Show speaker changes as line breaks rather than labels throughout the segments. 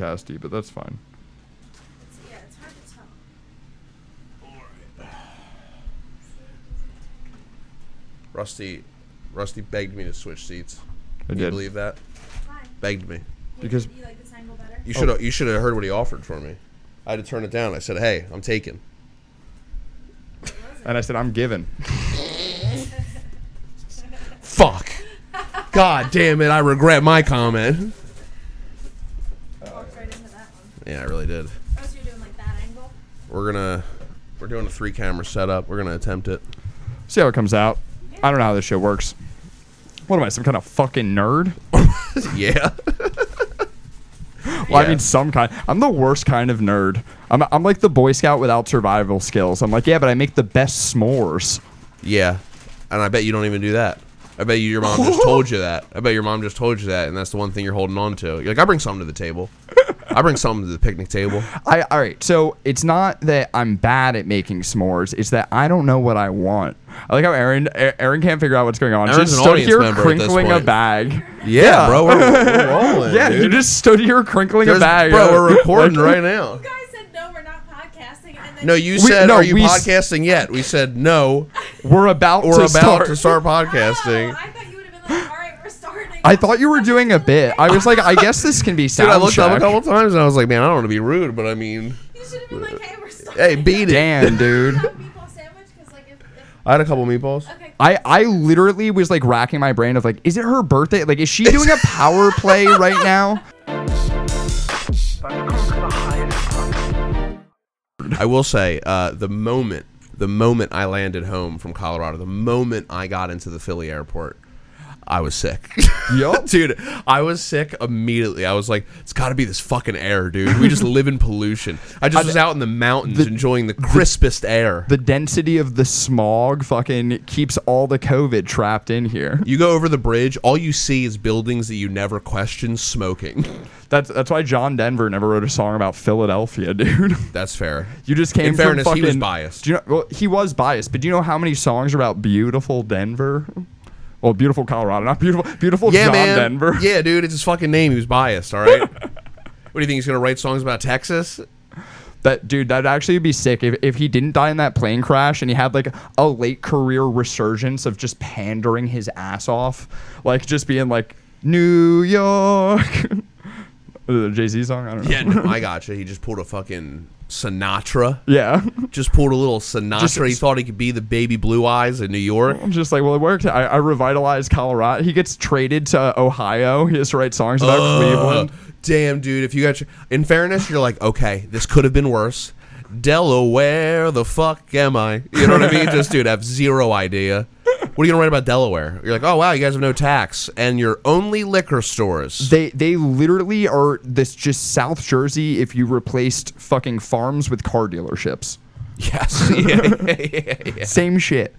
casty, but that's fine.
It's, yeah, it's hard to tell.
Rusty, Rusty begged me to switch seats.
I
Can you
did.
believe that?
Why?
Begged me.
Because-
you like this angle better.
You should have. You should have heard what he offered for me. I had to turn it down. I said, "Hey, I'm taken."
And I said, I'm given.
Fuck. God damn it! I regret my comment.
Walked Oh, right into that one.
Yeah, I really did.
Oh, so you're doing like that angle?
We're gonna. We're doing a three camera setup. We're gonna attempt it.
See how it comes out. I don't know how this shit works. What am I, some kind of fucking nerd? Well,
yeah.
I mean, some kind. I'm the worst kind of nerd. I'm, I'm like the Boy Scout without survival skills. I'm like, yeah, but I make the best s'mores.
Yeah, and I bet you don't even do that. I bet you your mom just told you that. I bet your mom just told you that, and that's the one thing you're holding on to. You're like, I bring something to the table. I bring something to the picnic table.
I all right. So it's not that I'm bad at making s'mores. It's that I don't know what I want. I like how Aaron Aaron can't figure out what's going on.
Aaron's
she
an
stood
audience
here
member at this
crinkling a
point.
bag.
Yeah, bro, we're, we're rolling.
Yeah,
dude.
you just stood here crinkling a
There's-
bag.
bro. We're recording right now.
You guys said no, we're not podcasting, and then
No, you said,
no,
"Are you
we s-
podcasting yet?" We said, "No,
We're about
we're
to
about
start.
to start
Oh,
podcasting."
I thought you would have been like, all right, we're starting.
I thought you were doing a bit. I was like, I guess this can be
Dude,
sound
I looked up a
check.
couple times and I was like, "Man, I don't want to be rude, but I mean,
You should have been like, hey, we're starting.
hey, beat it."
Damn, dude.
Have a meatball sandwich, 'Cause, like, if, if,
I had a couple meatballs.
okay.
I, I literally was like racking my brain of like, is it her birthday? Like, is she doing a power play right now?
I will say, uh, the moment, the moment I landed home from Colorado, the moment I got into the Philly airport, I was sick.
Yup.
dude, I was sick immediately. I was like, "It's got to be this fucking air, dude. We just live in pollution." I just was out in the mountains enjoying the crispest air.
The density of the smog fucking keeps all the COVID trapped in here.
you go over the bridge, all you see is buildings that you never question smoking.
That's that's why John Denver never wrote a song about Philadelphia, dude.
That's fair.
You just came
In
from
fairness,
fucking,
he was biased.
Do you know? Well, he was biased, but do you know how many songs are about beautiful Denver? Well, beautiful Colorado, not beautiful, beautiful
yeah,
John
man.
Denver.
Yeah, dude, it's his fucking name. He was biased. All right. what do you think he's gonna write songs about Texas?
That dude, that'd actually be sick if, if he didn't die in that plane crash and he had like a late career resurgence of just pandering his ass off, like just being like New York. the Jay Z song, I don't know.
Yeah, Oh, no, I gotcha. He just pulled a fucking Sinatra.
Yeah.
Just pulled a little Sinatra.
Just-
he thought he could be the baby blue eyes in New York.
I'm just like, well, it worked. I, I revitalized Colorado. He gets traded to Ohio. He has to write songs about Cleveland.
Uh, damn, dude. If you got your, in fairness, you're like, okay, this could have been worse. Delaware, the fuck am I? You know what I mean? Just dude, I have zero idea. What are you gonna write about Delaware? You're like, oh wow, you guys have no tax, and you're only liquor stores.
They they literally are this just South Jersey if you replaced fucking farms with car dealerships.
yes, yeah, yeah, yeah, yeah.
Same shit.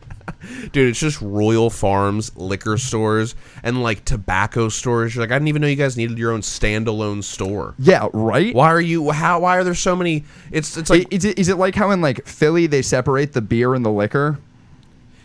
dude. It's just Royal Farms, liquor stores, and like tobacco stores. You're like, I didn't even know you guys needed your own standalone store.
Yeah, right?
Why are you? How? Why are there so many? It's it's like
I- Is it, is it like how in like Philly they separate the beer and the liquor?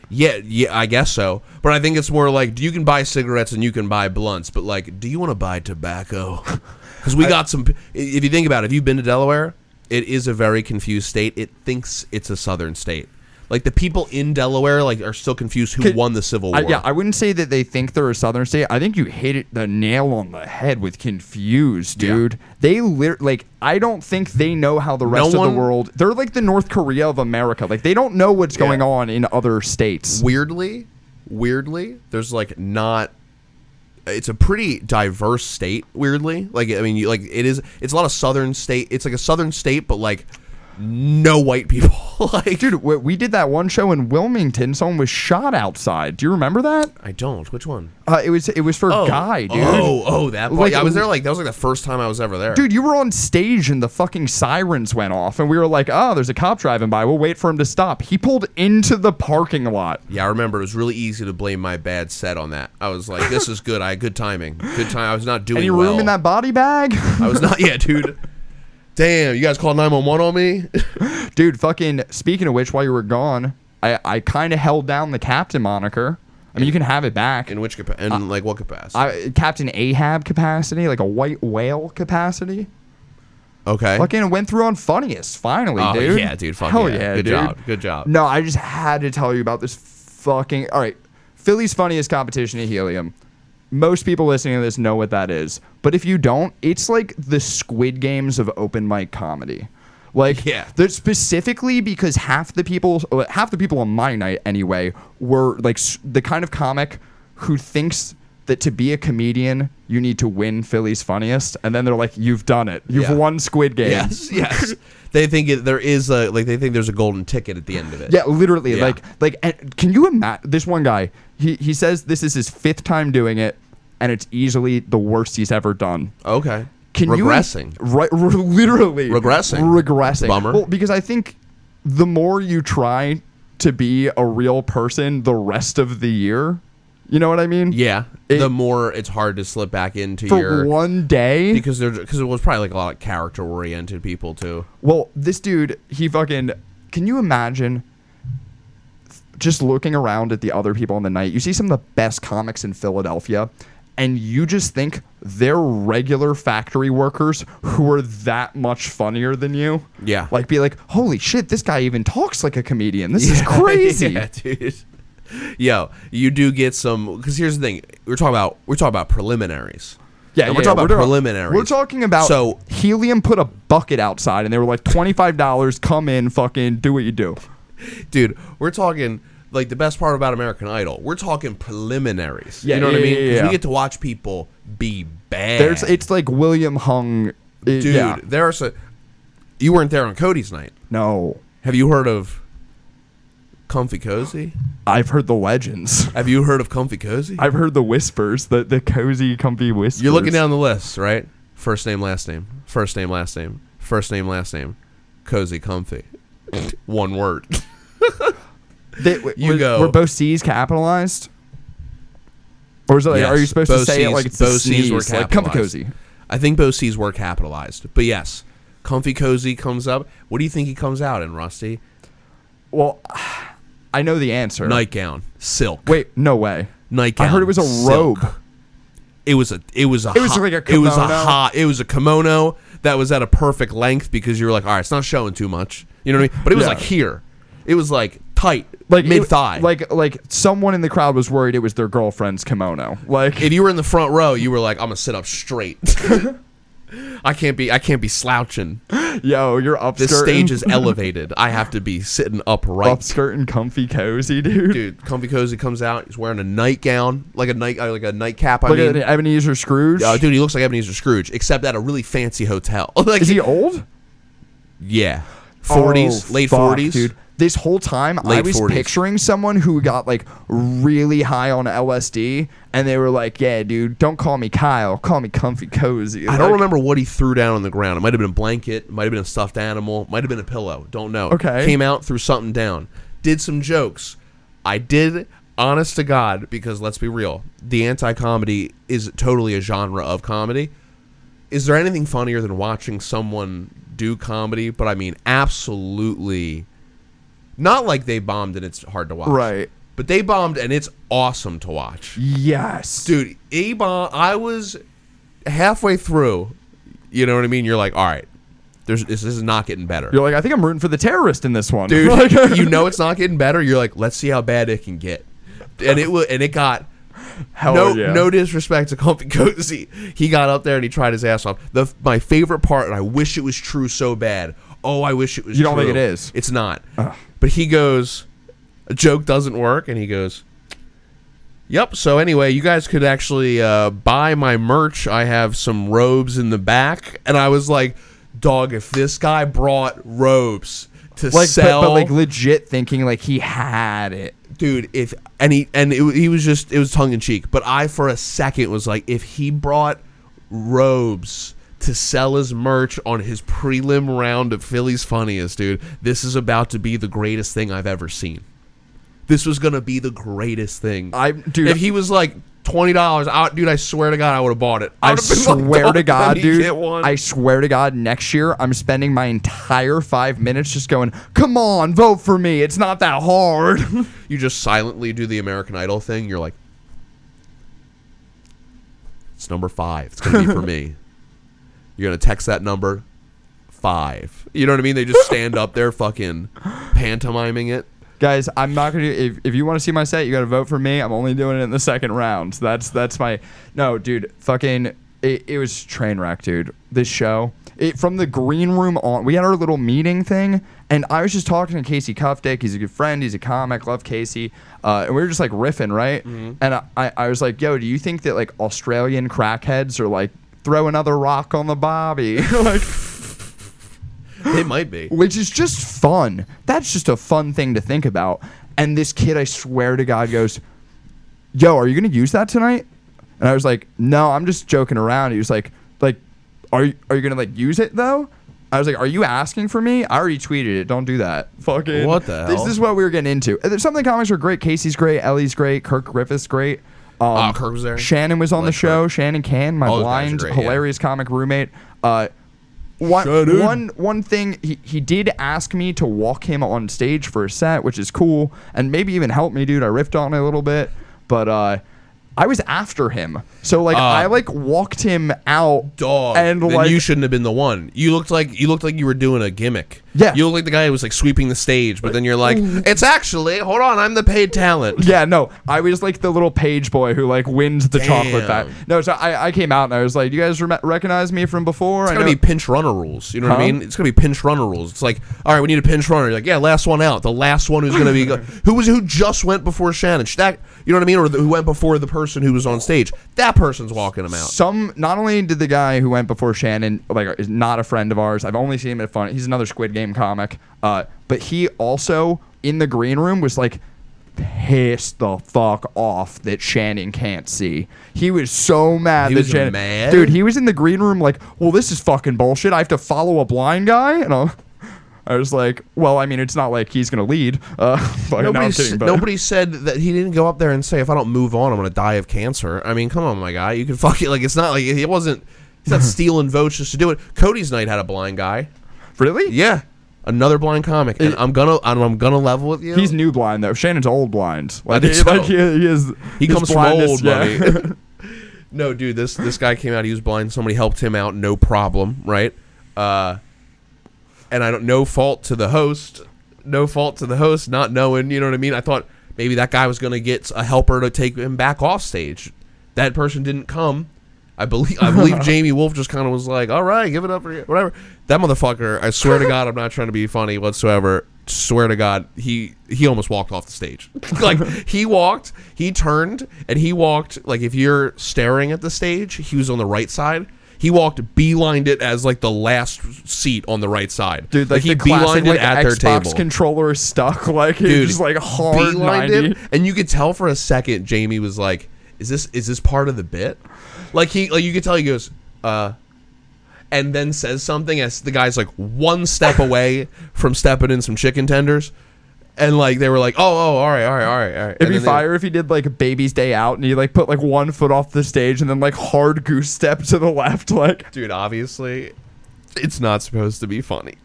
Yeah, yeah, I guess so. But I think it's more like you can buy cigarettes and you can buy blunts, but like, do you want to buy tobacco? Because we got some. If you think about it, if you've been to Delaware, it is a very confused state. It thinks it's a southern state. Like the people in Delaware, like are still confused who
Could-
won the Civil War.
I, yeah, I wouldn't say that they think they're a southern state. I think you hit it the nail on the head with confused,
Yeah.
dude. They lit like I don't think they know how the rest of
one-
the world. They're like the North Korea of America. Like they don't know what's going
Yeah.
on in other states.
weirdly, weirdly, there's like not. It's a pretty diverse state. Weirdly, like I mean, you, like it is. It's a lot of southern state. It's like a southern state, but like no white people. like,
Dude, we, we did that one show in Wilmington. Someone was shot outside. Do you remember that?
I don't. Which one?
Uh, it was it was for Guy, dude.
Oh, oh, that part.
Like-
yeah, I was there like that was like the first time I was ever there.
Dude, you were on stage and the fucking sirens went off, and we were like, "Oh, there's a cop driving by. We'll wait for him to stop." He pulled into the parking lot.
Yeah, I remember it was really easy to blame my bad set on that. I was like, this is good. I had good timing. Good time. I was not doing
Any room
well.
in that body bag?
I was not. Yeah, dude. Damn, you guys called 911 on me?
Dude, fucking speaking of which, while you were gone, I, I kind of held down the captain moniker. I mean, you can have it back.
In which capacity? In like what capacity?
I, captain Ahab capacity, like a white whale capacity.
Okay.
Fucking went through on funniest finally,
Oh,
dude.
yeah, dude, fuck
Hell
yeah.
yeah.
Good
dude.
job, good job.
No, I just had to tell you about this fucking. All right, Philly's funniest competition at Helium. Most people listening to this know what that is, but if you don't, it's like the Squid Games of open mic comedy. Like,
Yeah.
they're specifically because half the people, uh, half the people on my night anyway, were like s- the kind of comic who thinks that to be a comedian you need to win Philly's funniest, and then they're like, "You've done it. You've
Yeah.
won Squid Games."
Yes, yes. they think it, there is a like they think there's a golden ticket at the end of it.
Yeah, literally.
Yeah.
Like, like, and can you imagine? This one guy, he he says this is his fifth time doing it, and it's easily the worst he's ever done.
Okay.
Can
regressing?
you right? r- literally
Regressing.
Regressing.
Bummer.
Well, because I think the more you try to be a real person, the rest of the year, you know what I mean?
yeah.
It-
the more it's hard to slip back into
For
your
one day,
because there because it was probably like a lot of character oriented people too.
Well, this dude, he fucking. Can you imagine just looking around at the other people on the night? You see some of the best comics in Philadelphia, and you just think they're regular factory workers who are that much funnier than you.
Yeah.
Like, be like, holy shit, this guy even talks like a comedian. This is crazy.
yeah, dude. Yo, you do get some because here's the thing we're talking about we're talking about preliminaries.
Yeah,
And
yeah,
we're
yeah,
talking about preliminaries.
We're talking about
so
so helium put a bucket outside, and they were like twenty five dollars. Come in, fucking do what you do.
dude, we're talking like the best part about American Idol. We're talking preliminaries.
Yeah,
you know what I
yeah,
mean?
yeah,
'Cause
yeah.
we get to watch people be bad.
There's, it's like William Hung. it-
dude.
yeah.
There are so you weren't there on Cody's night.
No.
Have you heard of Comfy Cozy?
I've heard the legends.
Have you heard of Comfy Cozy?
I've heard the whispers, the, the cozy, comfy whispers.
You're looking down the list, right? First name, last name. First name, last name. First name, last name. Cozy, comfy. One word.
They- w-
you
were-
go.
Were both C's capitalized? Or is it like,
Yes,
are you supposed to
both
say it
Cs-
like it's
both
a
Cs
sneeze,
were
like comfy
capitalized.
cozy?
I think both C's were capitalized, but yes, comfy cozy comes up. What do you think he comes out in, Rusty?
Well, I know the answer.
Nightgown, silk.
Wait, no way.
nightgown.
I heard it was a
silk.
robe.
It was a. It was a.
It was
hot-
like a
It was a
kimono.
hot. It was a kimono that was at a perfect length because you were like, all right, it's not showing too much. You know what I mean? But it was
Yeah.
like here. It was like tight,
Like
like
it-
mid thigh.
Like like someone in the crowd was worried it was their girlfriend's kimono. Like
if you were in the front row, you were like, I'm gonna sit up straight. I can't be. I can't be slouching.
yo, you're upskirt.
This stage
and-
is elevated. I have to be sitting upright.
upskirt and comfy cozy, dude.
Dude, comfy cozy comes out. He's wearing a nightgown, like a night, uh, like a nightcap. I
Look at
mean,
Ebenezer Scrooge.
Uh, dude, he looks like Ebenezer Scrooge, except at a really fancy hotel. like,
is he old?
yeah, forties,
Oh,
late
fuck,
forties,
dude. This whole time, I
Late
was
40s.
picturing someone who got like really high on LSD, and they were like, "Yeah, dude, don't call me Kyle, call me Comfy Cozy."
I
Like,
don't remember what he threw down on the ground. It might have been a blanket, might have been a stuffed animal, might have been a pillow. Don't know.
Okay.
Came out, threw something down, did some jokes. I did, honest to God, because let's be real, the anti comedy is totally a genre of comedy. Is there anything funnier than watching someone do comedy? But I mean, absolutely. Not like they bombed and it's hard to watch.
Right.
But they bombed and it's awesome to watch
Yes,
dude ebon i was halfway through you know what i mean you're like all right there's this, this is not getting better
You're like, I think I'm rooting for the terrorist in this one,
dude
Like,
you know it's not getting better you're like let's see how bad it can get and it will and it got
hell
no
yeah.
no disrespect to comfy cozy he got up there and he tried his ass off the my favorite part and i wish it was true so bad oh i wish it was
You don't think
true.
it is? Uh.
it's not but he goes a joke doesn't work and he goes Yep. So anyway, you guys could actually uh, buy my merch. I have some robes in the back, and I was like, "Dog, if this guy brought robes to
like, but-
sell,
but, like legit thinking like he had it.
dude, if and he and it, he was just it was tongue in cheek, but I for a second was like, if he brought robes." To sell his merch on his prelim round of Philly's Funniest, dude. This is about to be the greatest thing I've ever seen. This was gonna be the greatest thing.
I dude,
If he was like twenty dollars, out, dude, I swear to God, I would have bought it.
I
would've been like,
swear
"Dog,
to
let
God,
me
dude.
get one."
I swear to God, next year I'm spending my entire five minutes just going, "Come on, vote for me. It's not that hard."
you just silently do the American Idol thing. You're like, it's number five. It's gonna be for me. You're gonna text that number. five. You know what I mean? They just stand up there, fucking pantomiming it.
Guys, I'm not gonna. Do, if, if you want to see my set, you gotta vote for me. I'm only doing it in the second round. That's that's my. No, dude, fucking. It, it was train wreck, dude. This show. It, from the green room on, we had our little meeting thing, and I was just talking to Casey Cuffdick. He's a good friend. He's a comic. Love Casey. Uh, and we were just like riffing, right? And I, I, I was like, "Yo, do you think that like Australian crackheads are like throw another rock on the Bobby?" like,
They might be.
which is just fun. That's just a fun thing to think about. And this kid, I swear to God, goes, "Yo, are you gonna use that tonight?" And I was like, "No, I'm just joking around." He was like, "Like, are you, are you gonna like use it though?" I was like, "Are you asking for me? I already tweeted it. Don't do that." Fucking
What the
This,
hell?
this is what we were getting into. And there's Something comics are great. Casey's great. Ellie's great. Kirk Griffith's great. Um,
Oh, Kirk was there?
Shannon was on
Like
the show.
Kirk.
Shannon Can, my
All those guys are
blind,
great, yeah.
hilarious comic roommate. Uh, one,
Shannon.
one one thing he, he did ask me to walk him on stage for a set, which is cool, and maybe even help me, dude. I riffed on it a little bit, but uh, I was after him, so like I like walked him out,
Ah. dog.
and
then
like
you shouldn't have been the one. You looked like you looked like you were doing a gimmick.
Yeah.
you look like the guy who was like sweeping the stage, but then you're like, it's actually hold on, I'm the paid talent.
yeah, no, I was like the little page boy who like wins the chocolate
Damn.
fact. No, so I, I came out and I was like, you guys rem- recognize me from before? I
It's gonna
know-
be pinch runner rules. You know what I
Huh?
mean? It's gonna be pinch runner rules. It's like, all right, we need a pinch runner. You're like, yeah, last one out. The last one who's gonna be who was who just went before Shannon. That you know what I mean? Or the, who went before the person who was on stage? That person's walking him out.
Some not only did the guy who went before Shannon like is not a friend of ours. I've only seen him at fun. He's another Squid Game comic. Uh, but he also in the green room was like pissed the fuck off that Shannon can't see. He was so mad
He
that
was
Shannon,
mad?
dude. He was in the green room like, well, this is fucking bullshit. I have to follow a blind guy, and i I was like, well, I mean, it's not like he's gonna lead. Uh, fucking- no, I'm
Nobody, s-
kidding, but-
nobody said that he didn't go up there and say, "If I don't move on, I'm gonna die of cancer." I mean, come on, my guy, you can fuck it. Like it's not like it wasn't. He's not stealing votes just to do it. Cody's night had a blind guy.
really?
Yeah, another blind comic, and I'm gonna I'm, I'm gonna level with you.
He's new blind though. Shannon's old blind. Like,
think
he,
so.
like, he, he is.
he
his
comes from
blindness-
old
yeah.
money. no, dude, this this guy came out. He was blind. Somebody helped him out, no problem, right? Uh, and I don't no fault to the host, no fault to the host, not knowing. You know what I mean? I thought maybe that guy was gonna get a helper to take him back off stage. That person didn't come. I believe I believe Jamie Wolf just kind of was like, "All right, give it up or whatever." That motherfucker. I swear to God, I'm not trying to be funny whatsoever. Swear to God, he he almost walked off the stage. like he walked, he turned, and he walked. Like if you're staring at the stage, he was on the right side. He walked, beelined it as like the last seat on the right side.
Dude, like,
he
the classic,
beelined
like,
it at their
Xbox
table.
controller is stuck. Like he's
Dude,
just like hard
beelined
90.
it, and you could tell for a second Jamie was like, "Is this is this part of the bit?" Like he like you could tell he goes, "Uh," and then says something as the guy's like one step away from stepping in some chicken tenders, and like they were like, "Oh oh all right all right all right all right."
It'd
And
be
then they-
fire if he did like Baby's Day Out and he like put like one foot off the stage and then like hard goose step to the left. Like
dude. Obviously, it's not supposed to be funny.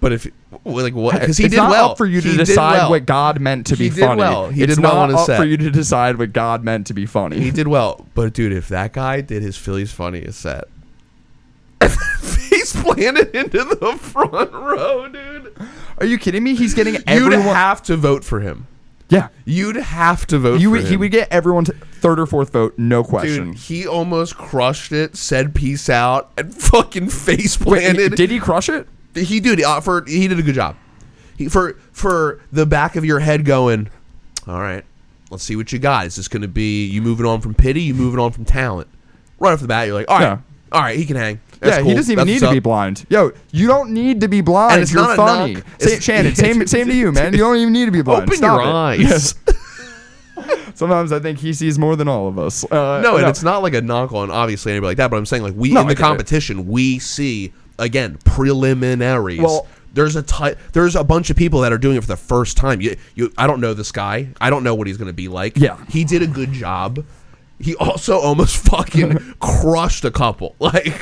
But if like what? Because he
it's
did
not
well
up for you to
He did
decide
well.
what God meant to
He
be
did
funny.
well. He
it's
did well
not
on his
up
set.
for you to decide what God meant to be funny.
He did well, but dude, if that guy did his Phillies funniest set, he's planted into the front row, dude.
Are you kidding me? He's getting
You'd
everyone.
have to vote for him.
yeah.
You'd have to vote
You
for
would,
him.
he would get everyone's third or fourth vote, no question.
Dude, he almost crushed it, said peace out, and fucking face
Wait,
planted.
did he crush it?
he dude uh, for he did a good job. He for for the back of your head going, all right, let's see what you got. Is this going to be you moving on from pity? You moving on from talent? Right off the bat, you're like, all right,
Yeah.
all right, he can hang. That's
yeah,
cool.
he doesn't even
That's
need
what's
to be
up."
blind. Yo, you don't need to be blind.
And it's
You're
not a
funny.
knock.
Say,
It's-
Shannon, same, same to you, man. You don't even need to be blind.
Open
Stop
your
it.
eyes.
Sometimes I think he sees more than all of us. Uh,
no, and it's not like a knock on obviously anybody like that, but I'm saying like we
No,
in
I
the
get it.
competition we see again preliminaries.
Well-
there's a ty- there's a bunch of people that are doing it for the first time. You, you I don't know this guy. I don't know what he's going to be like.
Yeah.
he did a good job. He also almost fucking crushed a couple. Like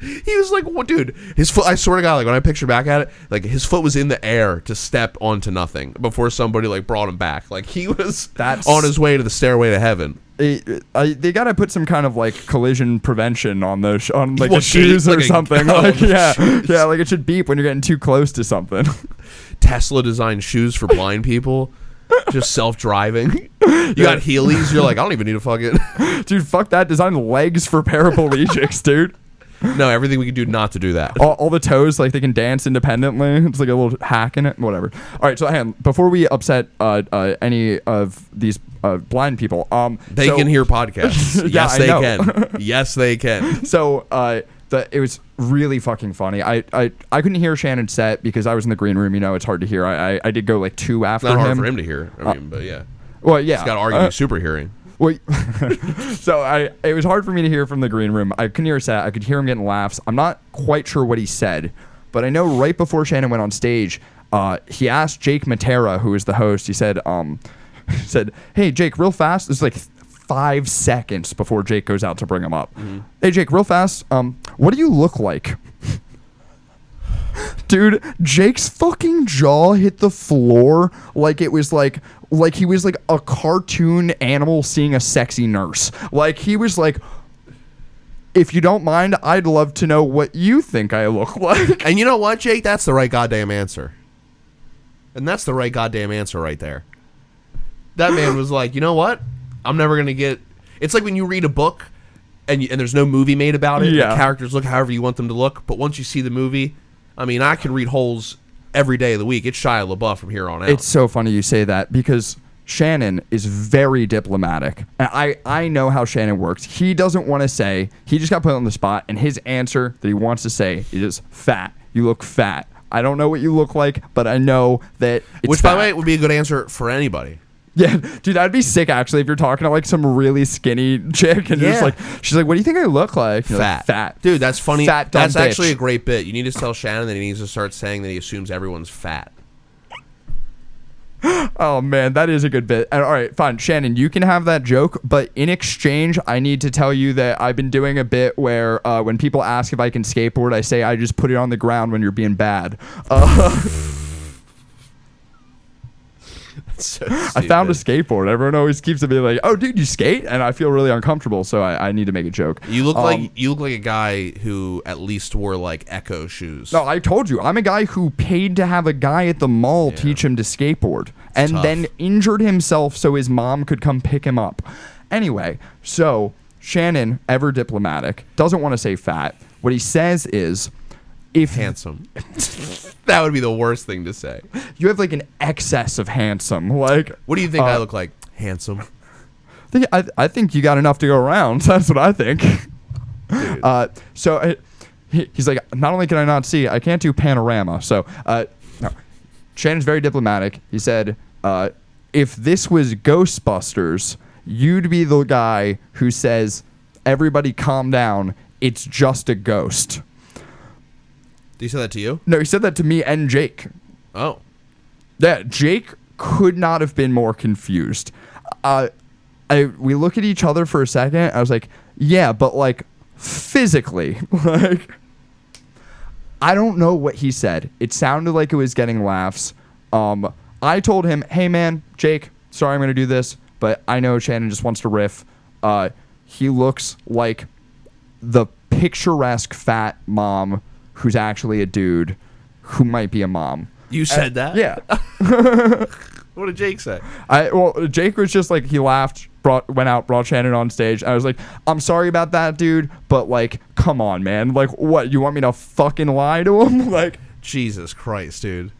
he was like, "What, dude? His foot." I swear to God, like when I picture back at it, like his foot was in the air to step onto nothing before somebody like brought him back. Like he was
That's-
on his way to the stairway to heaven.
it, I, they got to put some kind of like collision prevention on those sh- on like
Well,
the shoes
shoes,
or
like a-
something.
oh,
like, yeah,
shoes.
yeah, like it should beep when you're getting too close to something.
Tesla designed shoes for blind people. Just self driving. You got Heelys. You're like, I don't even need to fucking.
dude, fuck that. Design legs for paraplegics, dude.
No, everything we can do not to do that.
All, all the toes, like they can dance independently. It's like a little hack in it, whatever. All right, so hang on. Before we upset uh, uh, any of these uh, blind people, um,
They
so-
can hear podcasts.
Yeah,
yes,
I
they
know.
can. Yes, they can.
so uh the, it was really fucking funny. I, I I couldn't hear Shannon set because I was in the green room. You know, it's hard to hear. I I, I did go like two after
Not
him.
hard for him to hear. I mean, but yeah,
Well, yeah.
got to argue
Uh,
super hearing.
well, so I it was hard for me to hear from the green room. I couldn't hear set. I could hear him getting laughs. I'm not quite sure what he said, but I know right before Shannon went on stage, uh, he asked Jake Matera, who is the host. He said, um, he said, "Hey Jake, real fast." It's like five seconds before Jake goes out to bring him up. Hey Jake, real fast. Um, what do you look like? Dude, Jake's fucking jaw hit the floor like it was like like he was like a cartoon animal seeing a sexy nurse. Like he was like if you don't mind, I'd love to know what you think I look like.
And you know what, Jake? That's the right goddamn answer. And that's the right goddamn answer right there. That man was like, you know what? I'm never gonna get. It's like when you read a book, and you, and there's no movie made about it.
Yeah.
The characters look however you want them to look, but once you see the movie, I mean, I can read holes every day of the week. It's Shia LaBeouf from here on out.
It's so funny you say that because Shannon is very diplomatic. And I, I know how Shannon works. He doesn't want to say, he just got put on the spot, and his answer that he wants to say is fat. You look fat. I don't know what you look like, but I know that it's
Which, by the
fat."
way, would be a good answer for anybody.
Yeah, dude, that'd be sick actually if you're talking to like some really skinny chick and just
Yeah.
like she's like, "What do you think I look like?" You're like,
Fat,
fat,
dude. That's funny.
Fat, dumb
that's
bitch."
actually a great bit. You need to tell Shannon that he needs to start saying that he assumes everyone's fat.
Oh man, that is a good bit. And, all right, fine, Shannon, you can have that joke, but in exchange, I need to tell you that I've been doing a bit where uh, when people ask if I can skateboard, I say I just put it on the ground when you're being bad. Uh, I found a
Stupid.
skateboard. Everyone always keeps to be like, "Oh, dude, you skate," and I feel really uncomfortable, so I, I need to make a joke.
You look
Um,
like you look like a guy who at least wore like Echo shoes.
No, I told you, I'm a guy who paid to have a guy at the mall teach him to skateboard and
tough.
then injured himself so his mom could come pick him up. Anyway, so Shannon, ever diplomatic, doesn't want to say fat. What he says is if
handsome. that would be the worst thing to say.
you have like an excess of handsome, like
What do you think
Uh,
I look like? Handsome.
I think- I, I think you got enough to go around. That's what I think.
Dude.
Uh, so uh, he, he's like, not only can I not see, I can't do panorama. So uh, no. Shannon's very diplomatic. He said, uh, if this was Ghostbusters, you'd be the guy who says, everybody calm down. It's just a ghost.
Did he say that to you?
No, he said that to me and Jake.
Oh,
Yeah, Jake could not have been more confused. Uh, I we look at each other for a second. I was like, yeah, but like physically, like I don't know what he said. It sounded like it was getting laughs. Um, I told him, hey man, Jake, sorry I'm gonna do this, but I know Shannon just wants to riff. Uh, he looks like the picturesque fat mom who's actually a dude who might be a mom.
you said that?
Uh, Yeah.
What did Jake say?
I well, Jake was just like he laughed, brought went out, brought Shannon on stage. I was like, I'm sorry about that, dude, but like, come on, man. Like, what you want me to fucking lie to him? like,
Jesus Christ, dude.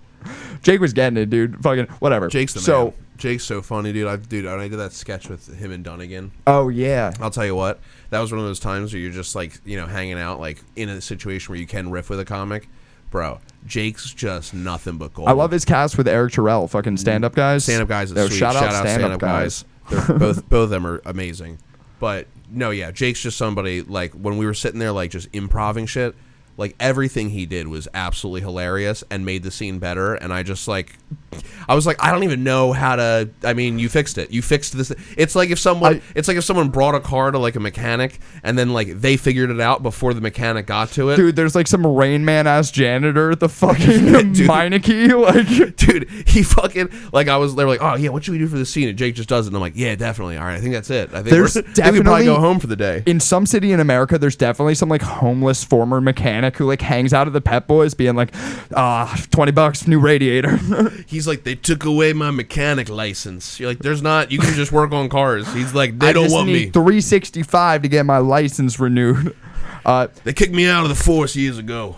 Jake was getting it, dude. Fucking whatever.
Jake's the
so.
man. Jake's so funny, dude. I dude, when I did that sketch with him and Dunnigan.
Oh yeah.
I'll tell you what, that was one of those times where you're just like, you know, hanging out like in a situation where you can riff with a comic. Bro, Jake's just nothing but gold.
I love his cast with Eric Terrell, fucking stand up guys.
stand up Mm-hmm. guys. Is
Oh,
sweet.
Shout, out stand
stand-up
up guys.
They're both both of them are amazing. But no, yeah, Jake's just somebody like when we were sitting there like just improving shit. Like everything he did was absolutely hilarious and made the scene better. And I just like, I was like, I don't even know how to. I mean, you fixed it. You fixed this. It's like if someone,
I-
it's like if someone brought a car to like a mechanic and then like they figured it out before the mechanic got to it.
Dude, there's like some Rain Man ass janitor at the fucking
Dude.
Meineke. Like,
dude, he fucking like I was. They were like, "Oh yeah, what should we do for the scene?" And Jake just does it, and I'm like, "Yeah, definitely. All right, I think that's it. I think,
There's
we're, I think we probably
definitely-
go home for the day."
in some city in America, there's definitely some like homeless former mechanic who like hangs out at the Pep Boys, being like, "Ah, twenty bucks, new radiator."
He's like, "They took away my mechanic license." You're like, "There's not. You can just work on cars." He's like, "They
I
don't
just
want me.
need Three sixty five to get my license renewed. Uh,
they kicked me out of the force years ago."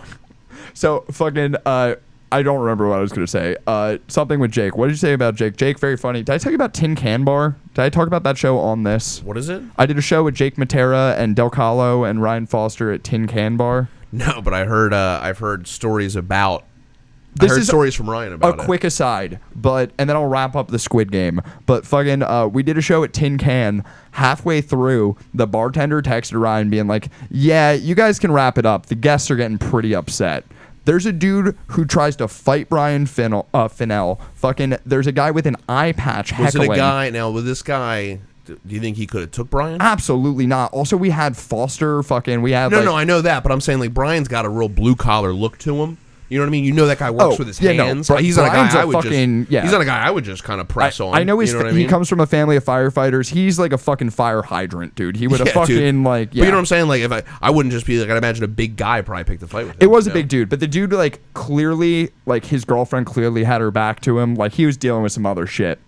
so fucking. Uh, I don't remember what I was gonna say. Uh, something with Jake. What did you say about Jake? Jake, very funny. Did I tell you about Tin Can Bar? Did I talk about that show on this?
What is it?
I did a show with Jake Matera and Del Calo and Ryan Foster at Tin Can Bar.
No, but I heard. Uh, I've heard stories about.
This
I heard
is
stories from Ryan
a
about it.
quick aside, but and then I'll wrap up the Squid Game. But fucking, uh, we did a show at Tin Can. Halfway through, the bartender texted Ryan, being like, "Yeah, you guys can wrap it up. The guests are getting pretty upset." There's a dude who tries to fight Brian Finnell. Uh, Finnell. Fucking, there's a guy with an eye patch
Was
heckling.
it a guy? Now, with this guy, do you think he could have took Brian?
Absolutely not. Also, we had Foster. Fucking, we had
No,
like,
no, I know that, but I'm saying like Brian's got a real blue collar look to him. You know what I mean? You know that guy
Oh,
works with his
yeah, no,
hands.
Bri-
he's not
Brian's
a guy
a
I would
fucking-
just.
yeah.
He's not a guy I would just kind of press on.
I know he's
You know what I
he
mean?
comes from a family of firefighters. He's like a fucking fire hydrant, dude. He would have
Yeah,
fucking
dude.
like.
But
Yeah.
you know what I'm saying? Like if I, I wouldn't just be like I'd imagine a big guy probably picked the fight with. Him,
It was a
you know?
big dude, but the dude like clearly like his girlfriend clearly had her back to him. Like he was dealing with some other shit.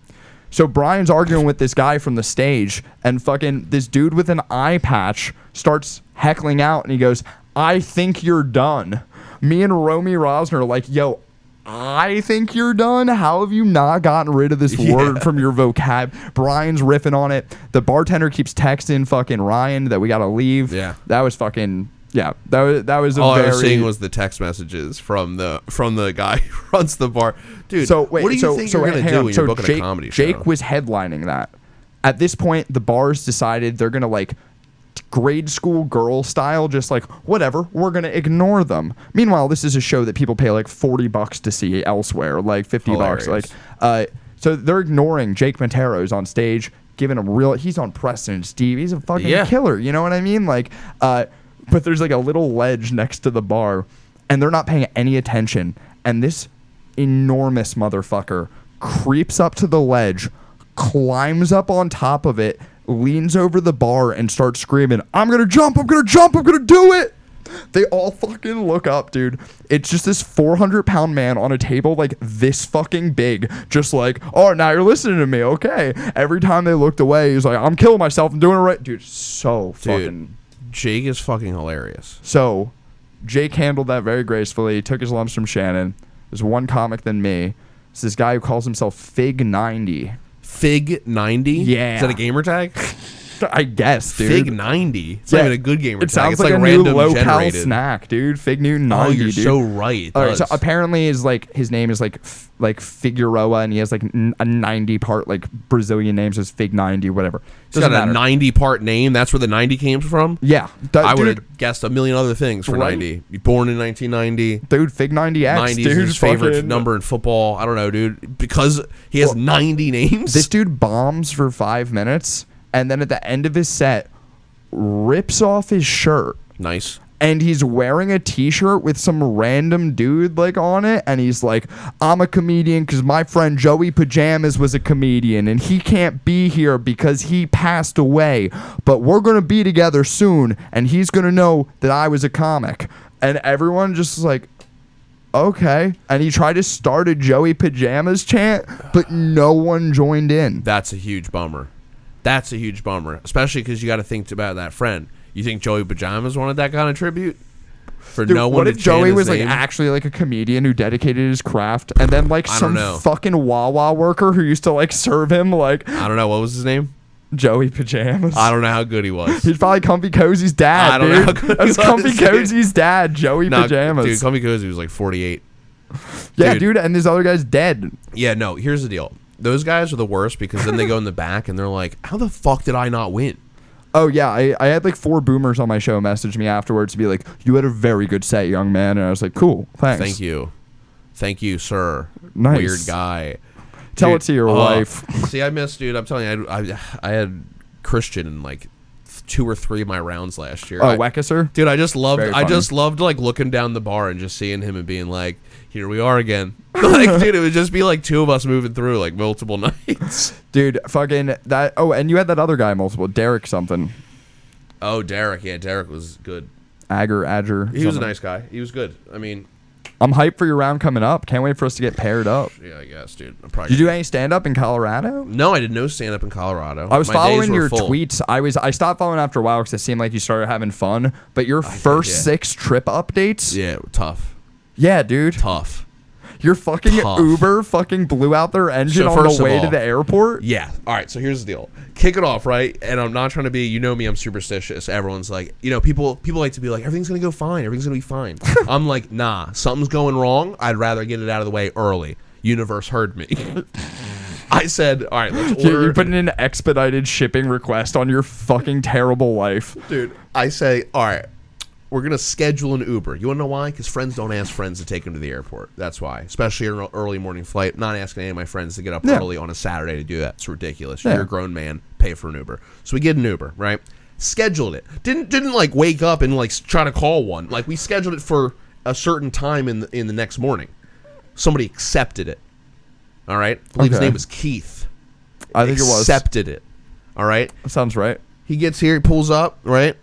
So Brian's arguing with this guy from the stage, and fucking this dude with an eye patch starts heckling out, and he goes, "I think you're done." Me and Romy Rosner are like, "Yo, I think you're done. How have you not gotten rid of this word from your vocab?" Brian's riffing on it. The bartender keeps texting fucking Ryan that we gotta leave.
Yeah.
that was fucking. Yeah, that was that was a
All
very
I was seeing was the text messages from the from the guy who runs the bar. Dude,
So wait,
what do you
so,
think
so
you're gonna
hang
do
on.
when
so
you're booking
Jake,
a comedy show?
Jake was headlining that. At this point, the bars decided they're gonna like t- grade school girl style, just like whatever. We're gonna ignore them. Meanwhile, this is a show that people pay like forty bucks to see elsewhere, like fifty bucks. Like,
Hilarious.
uh, so they're ignoring Jake Montero's on stage, giving him real. He's on Preston Steve. He's a fucking
Yeah.
killer. You know what I mean? Like, uh, but there's like a little ledge next to the bar, and they're not paying any attention. And this enormous motherfucker creeps up to the ledge, climbs up on top of it, leans over the bar, and starts screaming, "I'm gonna jump! I'm gonna jump! I'm gonna do it!" They all fucking look up, dude. It's just this 400 pound man on a table like this fucking big, just like, oh, now you're listening to me, okay? Every time they looked away, he's like, I'm killing myself, I'm doing it right, dude. So
Dude,
fucking
Jake is fucking hilarious.
so. Jake handled that very gracefully. Took his lumps from Shannon. There's one comic than me. It's this guy who calls himself Fig 90.
Fig ninety.
Yeah.
is that a gamer tag?
I guess, dude.
Fig ninety. It's
Yeah.
not even a good gamer
It
tag.
sounds
it's
like,
like,
a new
random
local
generated.
snack, dude. Fig Newton 90,
Oh, you're
dude.
so right. it
All right, so
does.
apparently is like his name is like f- like Figueroa, and he has like n- a ninety part like Brazilian names as Fig ninety, whatever.
It's
Doesn't
got
matter.
a 90 part name. That's where the 90 came from.
yeah, d-
I would
dude,
have guessed a million other things for
Right?
90. You Born in 1990.
dude, Fig ninety X,
90
dude,
is his favorite
fucking-
number in football. I don't know, dude. Because he has
Well,
90 names.
This dude bombs for five minutes, and then at the end of his set, rips off his shirt,
nice.
and he's wearing a T-shirt with some random dude like on it, and he's like, "I'm a comedian because my friend Joey Pajamas was a comedian, and he can't be here because he passed away. But we're gonna be together soon, and he's gonna know that I was a comic." And everyone just is like, "Okay." And he tried to start a Joey Pajamas chant, but no one joined in.
That's a huge bummer. That's a huge bummer. Especially because you got to think about that friend. You think Joey Pajamas wanted that kind of tribute? For
Dude,
no one
what
to
if Joey
chant his
was like
name?
actually like a comedian who dedicated his craft, and then like
I don't
some
know.
fucking Wawa worker who used to like serve him like
I don't know. What was his name?
Joey pajamas?
I don't know how good he was.
He's probably Comfy Cozy's dad,
I don't know how
dude.
good he
That's Comfy
was, dude.
Cozy's dad, Joey
Nah,
pajamas.
Dude, Comey Cozy was like 48.
yeah,
dude.
dude. and this other guy's dead.
Yeah, no, here's the deal. Those guys are the worst because then they go in the back and they're like, how the fuck did I not win?
Oh yeah, I, I had like four boomers on my show message me afterwards to be like, "You had a very good set, young man," and I was like, "Cool, thanks."
Thank you. Thank you, sir.
Nice.
Weird guy.
Tell
Dude,
it to your
oh,
wife.
see, I missed, dude. I'm telling you, I, I, I had Christian in like th- two or three of my rounds last year.
Oh,
I-
Wekesser.
Dude, I just loved.
Very
I
funny.
just loved like looking down the bar and just seeing him and being like, "Here we are again." like, dude, it would just be like two of us moving through like multiple nights.
Dude, fucking that. Oh, and you had that other guy multiple, Derek something,
Oh, Derek. Yeah, Derek was good.
Agger, Adger.
He was a
something.
nice guy. He was good. I mean,
I'm hyped for your round coming up. Can't wait for us to get paired up.
yeah, I guess, dude. I'm probably
Did you do any stand up in Colorado?
No, I did no stand up in Colorado.
I was
My days
following
were
your
full.
tweets. I was I stopped following after a while because it seemed like you started having fun. But your first
yeah.
six trip updates, yeah,
Yeah, tough,
dude,
tough.
your fucking
tough.
Uber fucking blew out their engine
So
on
first
the
of
way to
all-
the airport.
Yeah. All right. So here's the deal. Kick it off, right? And I'm not trying to be. You know me. I'm superstitious. Everyone's like, you know, people. People like to be like, everything's gonna go fine. Everything's gonna be fine. I'm like, nah. Something's going wrong. I'd rather get it out of the way early. Universe heard me. I said, all right, let's
You,
order.
you put in an expedited shipping request on your fucking terrible life.
dude. I say, all right, we're gonna schedule an Uber. You wanna know why? Because friends don't ask friends to take them to the airport. That's why, especially an early morning flight. Not asking any of my friends to get up
Yeah.
early on a Saturday to do that. It's ridiculous.
Yeah.
You're a grown man. Pay for an Uber. So we get an Uber, right? Scheduled it. Didn't didn't like wake up and like s- try to call one. Like we scheduled it for a certain time in the, in the next morning. Somebody accepted it. All right. I believe his
Okay.
name was Keith.
I think it was.
accepted it. All right.
Sounds right.
He gets here, he pulls up, right?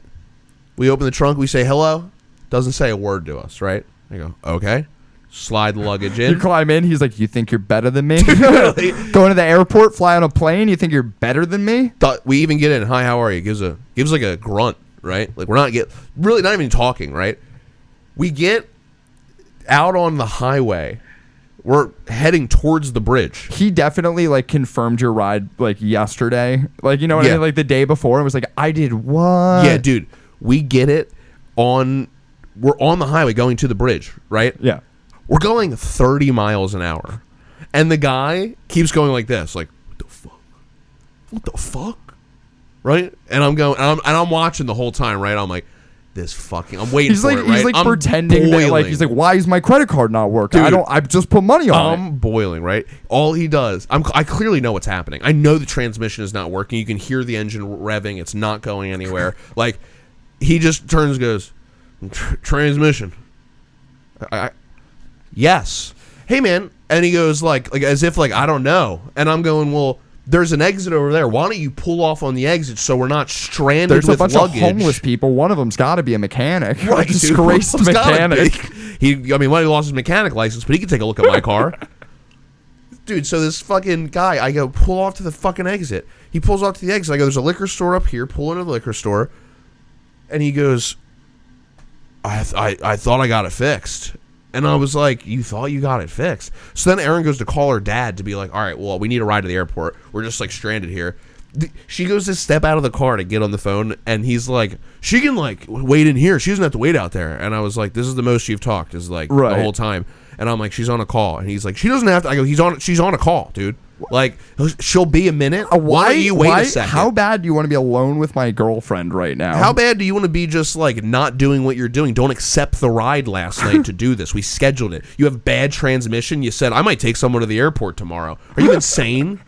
We open the trunk, we say hello. Doesn't say a word to us, right? I go, okay. Slide the luggage
You
in.
climb in, he's like, You think you're better than me? Going to the airport, fly on a plane, you think you're better than me?
Thought- we even get in. Hi, how are you? Gives a gives like a grunt, right? Like we're not get really not even talking, right? We get out on the highway. We're heading towards the bridge.
He definitely like confirmed your ride like yesterday. Like you know what I
Yeah.
mean? Like the day before and was like, I did what?
yeah, dude. We get it on we're on the highway going to the bridge, right?
Yeah.
We're going 30 miles an hour. And the guy keeps going like this, like, what the fuck? What the fuck? Right? And I'm going, and I'm, and I'm watching the whole time, right? I'm like, this fucking, I'm waiting
He's
for
like
it, right?
he's like
I'm
pretending that like he's like,
boiling.
Why is my credit card not working? I
Dude. Um,
don't I just put money on it.
I'm boiling, right? All he does, I'm, I clearly know what's happening. I know the transmission is not working. You can hear the engine revving. It's not going anywhere. like, he just turns and goes, "Tr- transmission. I, I, yes. Hey, man. And he goes like, like as if like I don't know. And I'm going, well, there's an exit over there. Why don't you pull off on the exit so we're not stranded
There's a
with
bunch
luggage?
of homeless people. One of them's gotta be a mechanic.
Right,
a
dude.
disgraced
It's gotta
mechanic.
be. He, I mean, well, he lost his mechanic license, but he could take a look at my car. Dude, so this fucking guy, I go pull off to the fucking exit. He pulls off to the exit. I go, there's a liquor store up here. Pull into the liquor store, and he goes, I, th- I, I thought I got it fixed. And I was like, you thought you got it fixed. So then Erin goes to call her dad to be like, all right, well, we need a ride to the airport. We're just like stranded here. Th- She goes to step out of the car to get on the phone, and he's like, she can like w- wait in here. She doesn't have to wait out there. And I was like, this is the most you've talked is like
Right.
the whole time. And I'm like, she's on a call. And he's like, she doesn't have to. I go, he's on. She's on a call, dude. Like she'll be a minute. Why, don't you wait
Uh, why-
a second?
How bad do you want to be alone with my girlfriend right now?
How bad do you want to be just like not doing what you're doing? Don't accept the ride last night to do this. We scheduled it. You have bad transmission. You said, I might take someone to the airport tomorrow. Are you insane?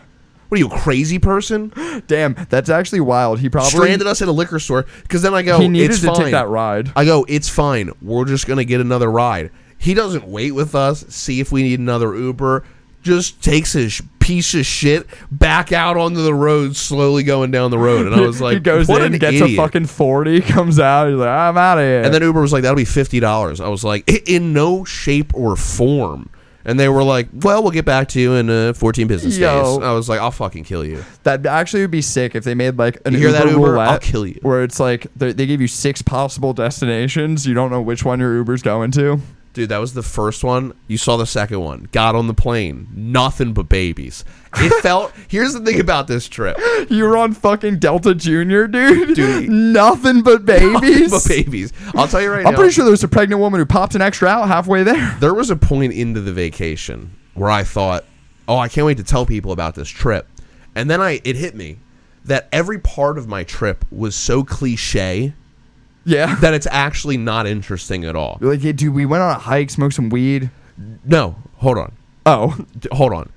What are you, a crazy person?
Damn, that's actually wild. He probably
Stranded us at a liquor store because then I go,
He needed
Oh, it's
to take
fine.
that ride.
I go, it's fine. We're just going to get another ride. He doesn't wait with us, see if we need another Uber, just takes his sh- piece of shit back out onto the road, slowly going down the road. And I was like,
he goes
what
in,
an
gets a
idiot.
fucking forty, comes out, he's like, I'm out of here.
And then Uber was like, that'll be $50. I was like, "I- in no shape or form. And they were like, well, we'll get back to you in uh, 14 business
Yo.
days. I was like, I'll fucking kill you.
that actually would be sick if they made like an
You hear
Uber,
that, Uber?
roulette
I'll kill you.
where it's like they they give you six possible destinations. You don't know which one your Uber's going to.
Dude, that was the first one. You saw the second one. Got on the plane. Nothing but babies. It felt. Here's the thing about this trip.
You were on fucking Delta Junior, dude.
Dude.
nothing but babies.
But babies. I'll tell you right
I'm
now.
pretty sure there was a pregnant woman who popped an extra out halfway there.
there was a point into the vacation where I thought, "Oh, I can't wait to tell people about this trip," and then I it hit me that every part of my trip was so cliche
Yeah.
that it's actually not interesting at all.
You're like, yeah, dude, we went on a hike, smoked some weed.
No, hold on.
Oh,
D- Hold on.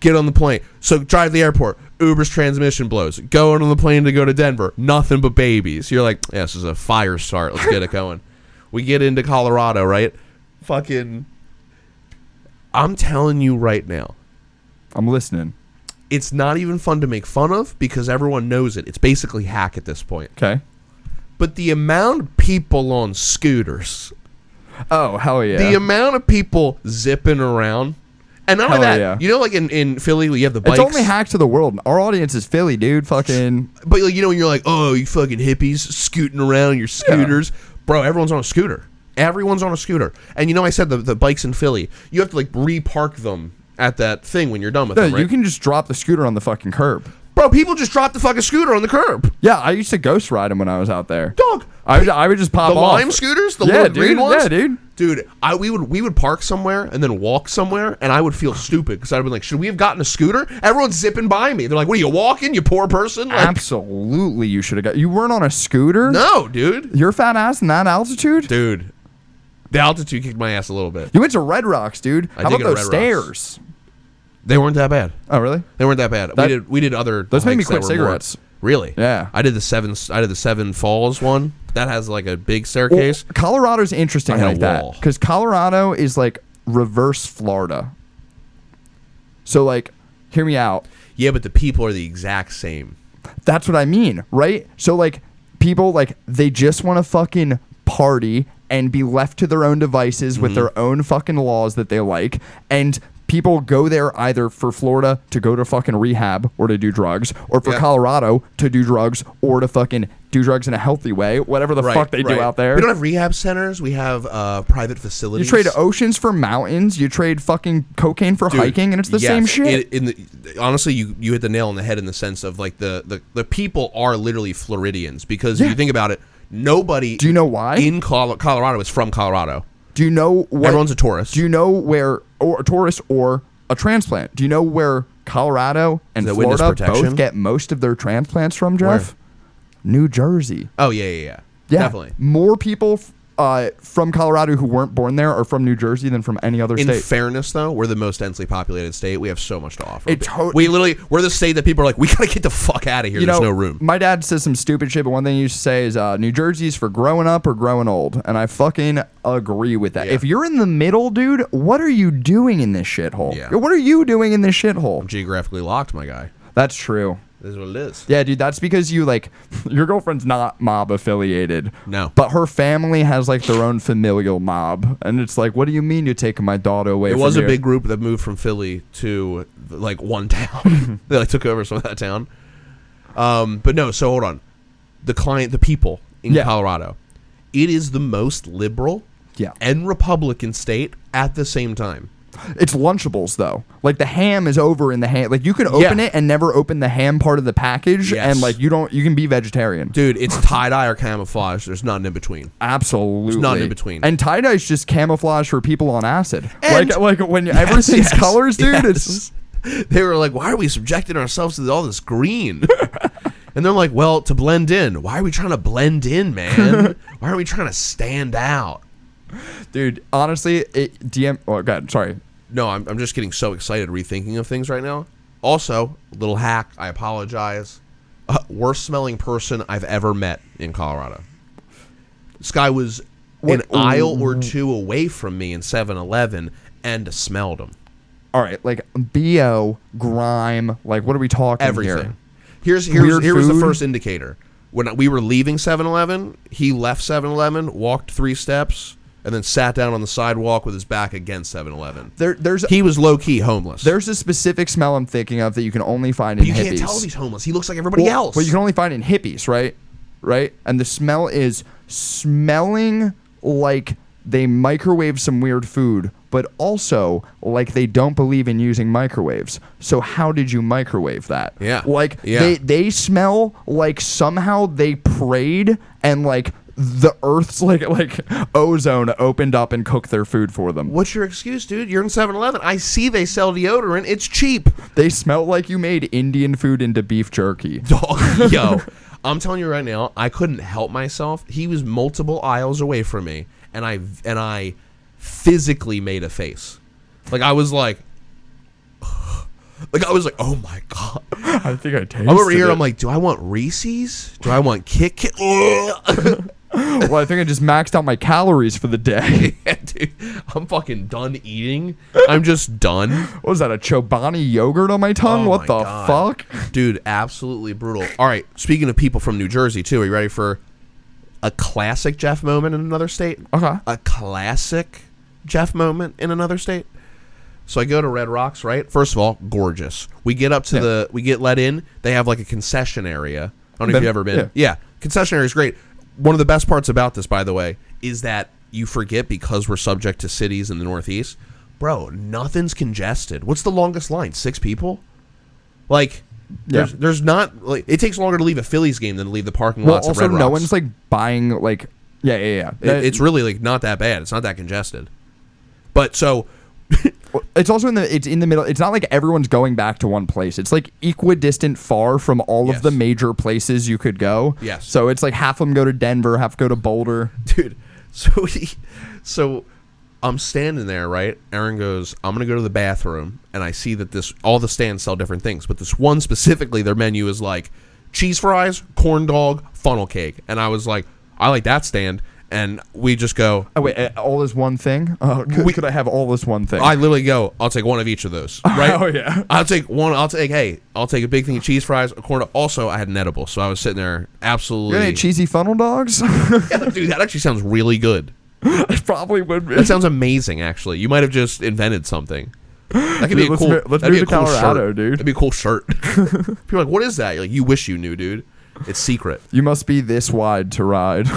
Get on the plane. So drive to the airport. Uber's transmission blows. Going on the plane to go to Denver. Nothing but babies. You're like, yeah, this is a fire start. Let's get it going. We get into Colorado, right? Fucking. I'm telling you right now,
I'm listening.
it's not even fun to make fun of because everyone knows it. It's basically hack at this point.
Okay.
But the amount of people on scooters,
Oh, hell yeah.
the amount of people zipping around, and not only
Hell
that,
yeah.
you know, like in, in Philly, you have the bikes.
it's only hack to the world. Our audience is Philly, dude. Fucking.
But like, you know, when you're like, oh, you fucking hippies scooting around your scooters, bro. Everyone's on a scooter. Everyone's on a scooter. And you know, I said the, the bikes in Philly, you have to like repark them at that thing when you're done with
No,
them, right?
you can just drop the scooter on the fucking curb.
bro, people just drop the fucking scooter on the curb.
Yeah, I used to ghost ride him when I was out there.
Dog,
I would, I would just pop
the
off.
lime scooters, the
Yeah,
little
dude.
green ones,
Yeah, dude.
Dude, I we would we would park somewhere and then walk somewhere, and I would feel stupid because I'd be like, should we have gotten a scooter? Everyone's zipping by me. They're like, what are you walking, you poor person? Like,
Absolutely, you should have got. You weren't on a scooter.
no, dude,
Your fat ass in that altitude.
dude, the altitude kicked my ass a little bit.
You went to Red Rocks, dude.
I
How
did
about
go to
those
Red Rocks.
stairs?
They weren't that bad.
Oh, really?
They weren't that bad. we
That-
did we did other.
Those make me
hikes that
quit
were more-
cigarettes.
really?
Yeah.
I did the seven. I did the seven falls one. That has like a big staircase.
Well, Colorado's interesting
I had a
like that
wall.
because Colorado is like reverse Florida. So like, hear me out.
Yeah, but the people are the exact same.
That's what I mean, right? So like, people like they just want to fucking party and be left to their own devices
Mm-hmm.
with their own fucking laws that they like and. People go there either for Florida to go to fucking rehab or to do drugs, or for
Yeah.
Colorado to do drugs or to fucking do drugs in a healthy way, whatever the fuck they do out there.
We don't have rehab centers. We have uh, private
You
facilities.
trade oceans for mountains. You trade fucking cocaine for
Dude,
hiking, and it's the
yes,
same shit.
it- in the, honestly, you you hit the nail on the head in the sense of like the the, the people are literally Floridians because if
Yeah.
you think about it, nobody.
Do you know why?
in Colo- Colorado is from Colorado?
do you know what?
Everyone's a tourist.
Do you know where or a tourist or a transplant? Do you know where Colorado and
Is it witness
Florida both
protection?
get most of their transplants from,
Where?
Jeff? New Jersey.
oh yeah, yeah, yeah,
Yeah,
definitely.
More people f- uh, from Colorado who weren't born there are from New Jersey than from any other
In
state.
fairness, though, we're the most densely populated state. We have so much to offer.
It to-
we literally we're the state that people are like, we gotta get the fuck out of here.
you
There's
know,
no room.
My dad says some stupid shit, but one thing he used to say is uh, New Jersey's for growing up or growing old. And I fucking agree with that.
Yeah.
If you're in the middle, dude, what are you doing in this shithole?
Yeah.
What are you doing in this shithole?
Geographically locked, my guy.
That's true.
This is what it is.
Yeah, dude, that's because you like your girlfriend's not mob affiliated.
No.
But her family has like their own familial mob. And it's like, what do you mean you're taking my daughter away
It
from
was a
you?
big group that moved from Philly to like one town. they like took over some of that town. Um, but no, so hold on. The client, the people in
Yeah.
Colorado, it is the most liberal
Yeah.
and Republican state at the same time.
It's Lunchables though. Like the ham is over in the ham. Like you can open
Yeah.
it and never open the ham part of the package,
Yes.
and like you don't. You can be vegetarian.
Dude, it's tie dye or camouflage. There's nothing in between.
Absolutely,
nothing in between.
And tie dye is just camouflage for people on acid.
And-
like like when everything's
Yes,
colors, dude. It's
yes. they were like, why are we subjecting ourselves to all this green? and they're like, well, to blend in. Why are we trying to blend in, man? why are we trying to stand out?
dude. Honestly, it DM. Oh god, sorry.
No, I'm, I'm just getting so excited rethinking of things right now. Also, little hack. I apologize. Uh, worst smelling person I've ever met in Colorado. This guy was an
What- Mm-hmm.
aisle or two away from me in 7-Eleven and smelled him.
All right, like bo grime. Like what are we talking
everything.
here?
Here's here's
Weird
here was the
food.
first indicator. When we were leaving 7-Eleven, he left 7-Eleven, walked three steps, and then sat down on the sidewalk with his back against 7-Eleven.
There, there's
He was low key homeless.
there's a specific smell I'm thinking of that you can only find in
you
hippies.
can't tell if he's homeless. He looks like everybody
Well,
else.
But you can only find it in hippies, right? Right? And the smell is smelling like they microwave some weird food, but also like they don't believe in using microwaves. So how did you microwave that?
Yeah.
Like
Yeah.
they they smell like somehow they prayed and like the Earth's like like ozone opened up and cooked their food for them.
What's your excuse, dude? You're in 7-Eleven. I see they sell deodorant. It's cheap.
They smell like you made Indian food into beef jerky.
Dog, yo, I'm telling you right now, I couldn't help myself. He was multiple aisles away from me, and I and I physically made a face. Like I was like, like I was like, oh my god.
I think I tasted.
I'm over here.
it.
I'm like, do I want Reese's? Do I want Kit Kat? Ugh.
well, I think I just maxed out my calories for the day.
Yeah, dude, I'm fucking done eating. I'm just done.
What was that? A Chobani yogurt on my tongue?
Oh
what
my
the
God.
fuck?
Dude, absolutely brutal. All right, speaking of people from New Jersey, too, are you ready for a classic Jeff moment in another state?
Okay.
A classic Jeff moment in another state? So I go to Red Rocks, right? First of all, gorgeous. We get up to
Yeah.
the, we get let in. They have like a concession area. I don't know if
Been-
you've ever been.
yeah.
Yeah. concession area is great. One of the best parts about this, by the way, is that you forget because we're subject to cities in the Northeast. Bro, nothing's congested. What's the longest line? Six people? Like, there's,
Yeah.
there's not like it takes longer to leave a Phillies game than to leave the parking
Well,
lots.
also
of Red
no
Rocks.
one's like buying like. Yeah, yeah, yeah.
It- it's really like not that bad. It's not that congested. But so
It's also in the it's in the middle. It's not like everyone's going back to one place. It's like equidistant far from all of
Yes.
the major places you could go.
Yes.
So it's like half of them go to Denver, half go to Boulder.
dude. So he, so I'm standing there, right? Aaron goes, "I'm gonna go to the bathroom," and I see that this all the stands sell different things, but this one specifically, their menu is like cheese fries, corn dog, funnel cake, and I was like, "I like that stand," and we just go.
Oh wait, uh, all is one thing. Uh, could,
We-
could I have all this one thing?
I literally go, I'll take one of each of those. Right?
Oh, yeah.
I'll take one. I'll take, hey, I'll take a big thing of cheese fries, a corn dog. Also, I had an edible, so I was sitting there
You
absolutely.
got any cheesy funnel dogs?
Dude, that actually sounds really good.
it probably would be.
That sounds amazing, actually. You might have just invented something. That could be
Dude,
a
let's
cool.
mo- let's
that'd be
move
a
to
cool
Colorado,
shirt.
dude.
That'd be a cool shirt. People are like, what is that? You're like, you wish you knew, dude. It's secret.
You must be this wide to ride.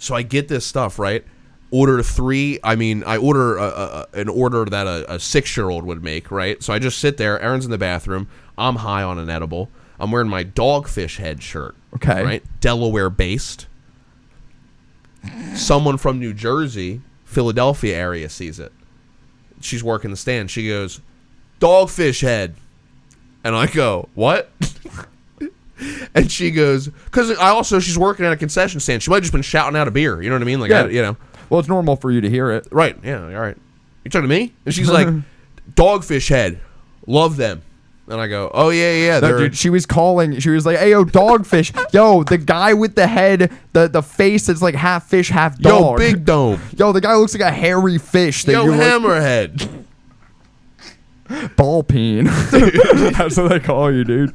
So I get this stuff right. Order three. I mean, I order a, a, a- an order that a, a six-year-old would make, right? So I just sit there. Aaron's in the bathroom. I'm high on an edible. I'm wearing my dogfish head shirt.
Okay.
Right. Delaware based. Someone from New Jersey, Philadelphia area sees it. She's working the stand. She goes, "Dogfish head," and I go, "What?" And she goes, because I also she's working at a concession stand. She might have just been shouting out a beer. You know what I mean? Like,
Yeah.
I- you know,
well, it's normal for you to hear it.
right? Yeah, all right. You talking to me? And she's like, Dogfish Head, love them. And I go, Oh yeah, yeah.
No,
they're-
dude, she was calling. She was like, "Hey, yo, dogfish, yo, the guy with the head, the the face that's like half fish, half
yo,
dog.
Big Dome,
yo, the guy looks like a hairy fish that
yo,
you like,
Hammerhead.
ball peen. that's what they call you, dude.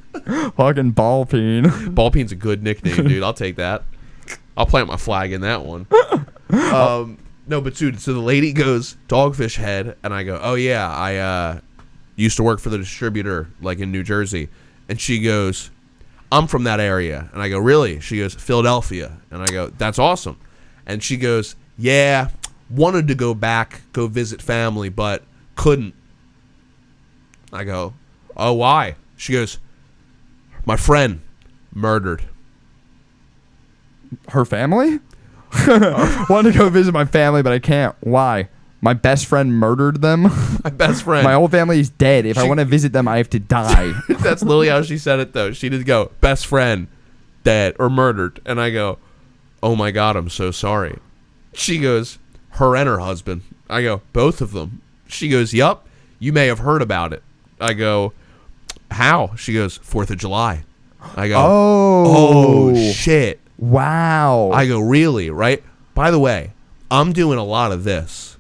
Fucking ball peen.
Ball Peen's a good nickname, dude. I'll take that. I'll plant my flag in that one. Um, no, but dude, so the lady goes Dogfish Head, and I go, Oh yeah, I uh, used to work for the distributor like in New Jersey, and she goes, I'm from that area, and I go, Really? She goes, Philadelphia, and I go, That's awesome, and she goes, Yeah, wanted to go back, go visit family, but couldn't. I go, Oh why? She goes, My friend murdered.
Her family. Wanted to go visit my family, but I can't. Why? My best friend murdered them.
My best friend.
my whole family is dead. If I
She-
want to visit them, I have to die.
That's literally how she said it, though. She did go, best friend, dead or murdered. And I go, oh my God, I'm so sorry. She goes, her and her husband. I go, both of them. She goes, yup, you may have heard about it. I go, how? She goes, 4th of July. I go,
Oh.
oh shit.
wow.
I go, really? Right? By the way, I'm doing a lot of this.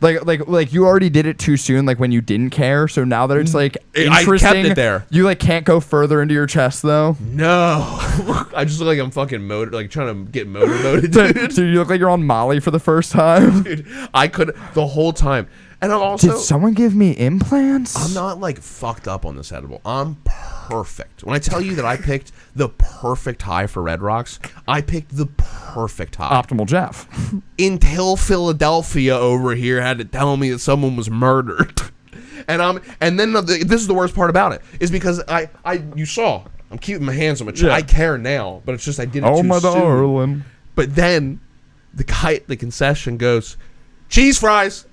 like like like you already did it too soon like when you didn't care so now that it's like
It- Mm-hmm. I kept
interesting
it there.
you like can't go further into your chest though
No. I just look like I'm fucking motor, like trying to get motor motivated.
dude you look like you're on molly for the first time
dude. I could the whole time, and I'm also
did someone give me implants
I'm not like fucked up on this edible. I'm perfect. When I tell you that I picked the perfect high for Red Rocks, I picked the perfect high.
optimal jeff
Until Philadelphia over here had to tell me that someone was murdered, and I'm and then the, this is the worst part about it is because I I you saw I'm keeping my hands on my chest.
Yeah.
I care now, but it's just I did it
Oh
too
my
soon.
darling.
But then the guy at the concession goes, cheese fries.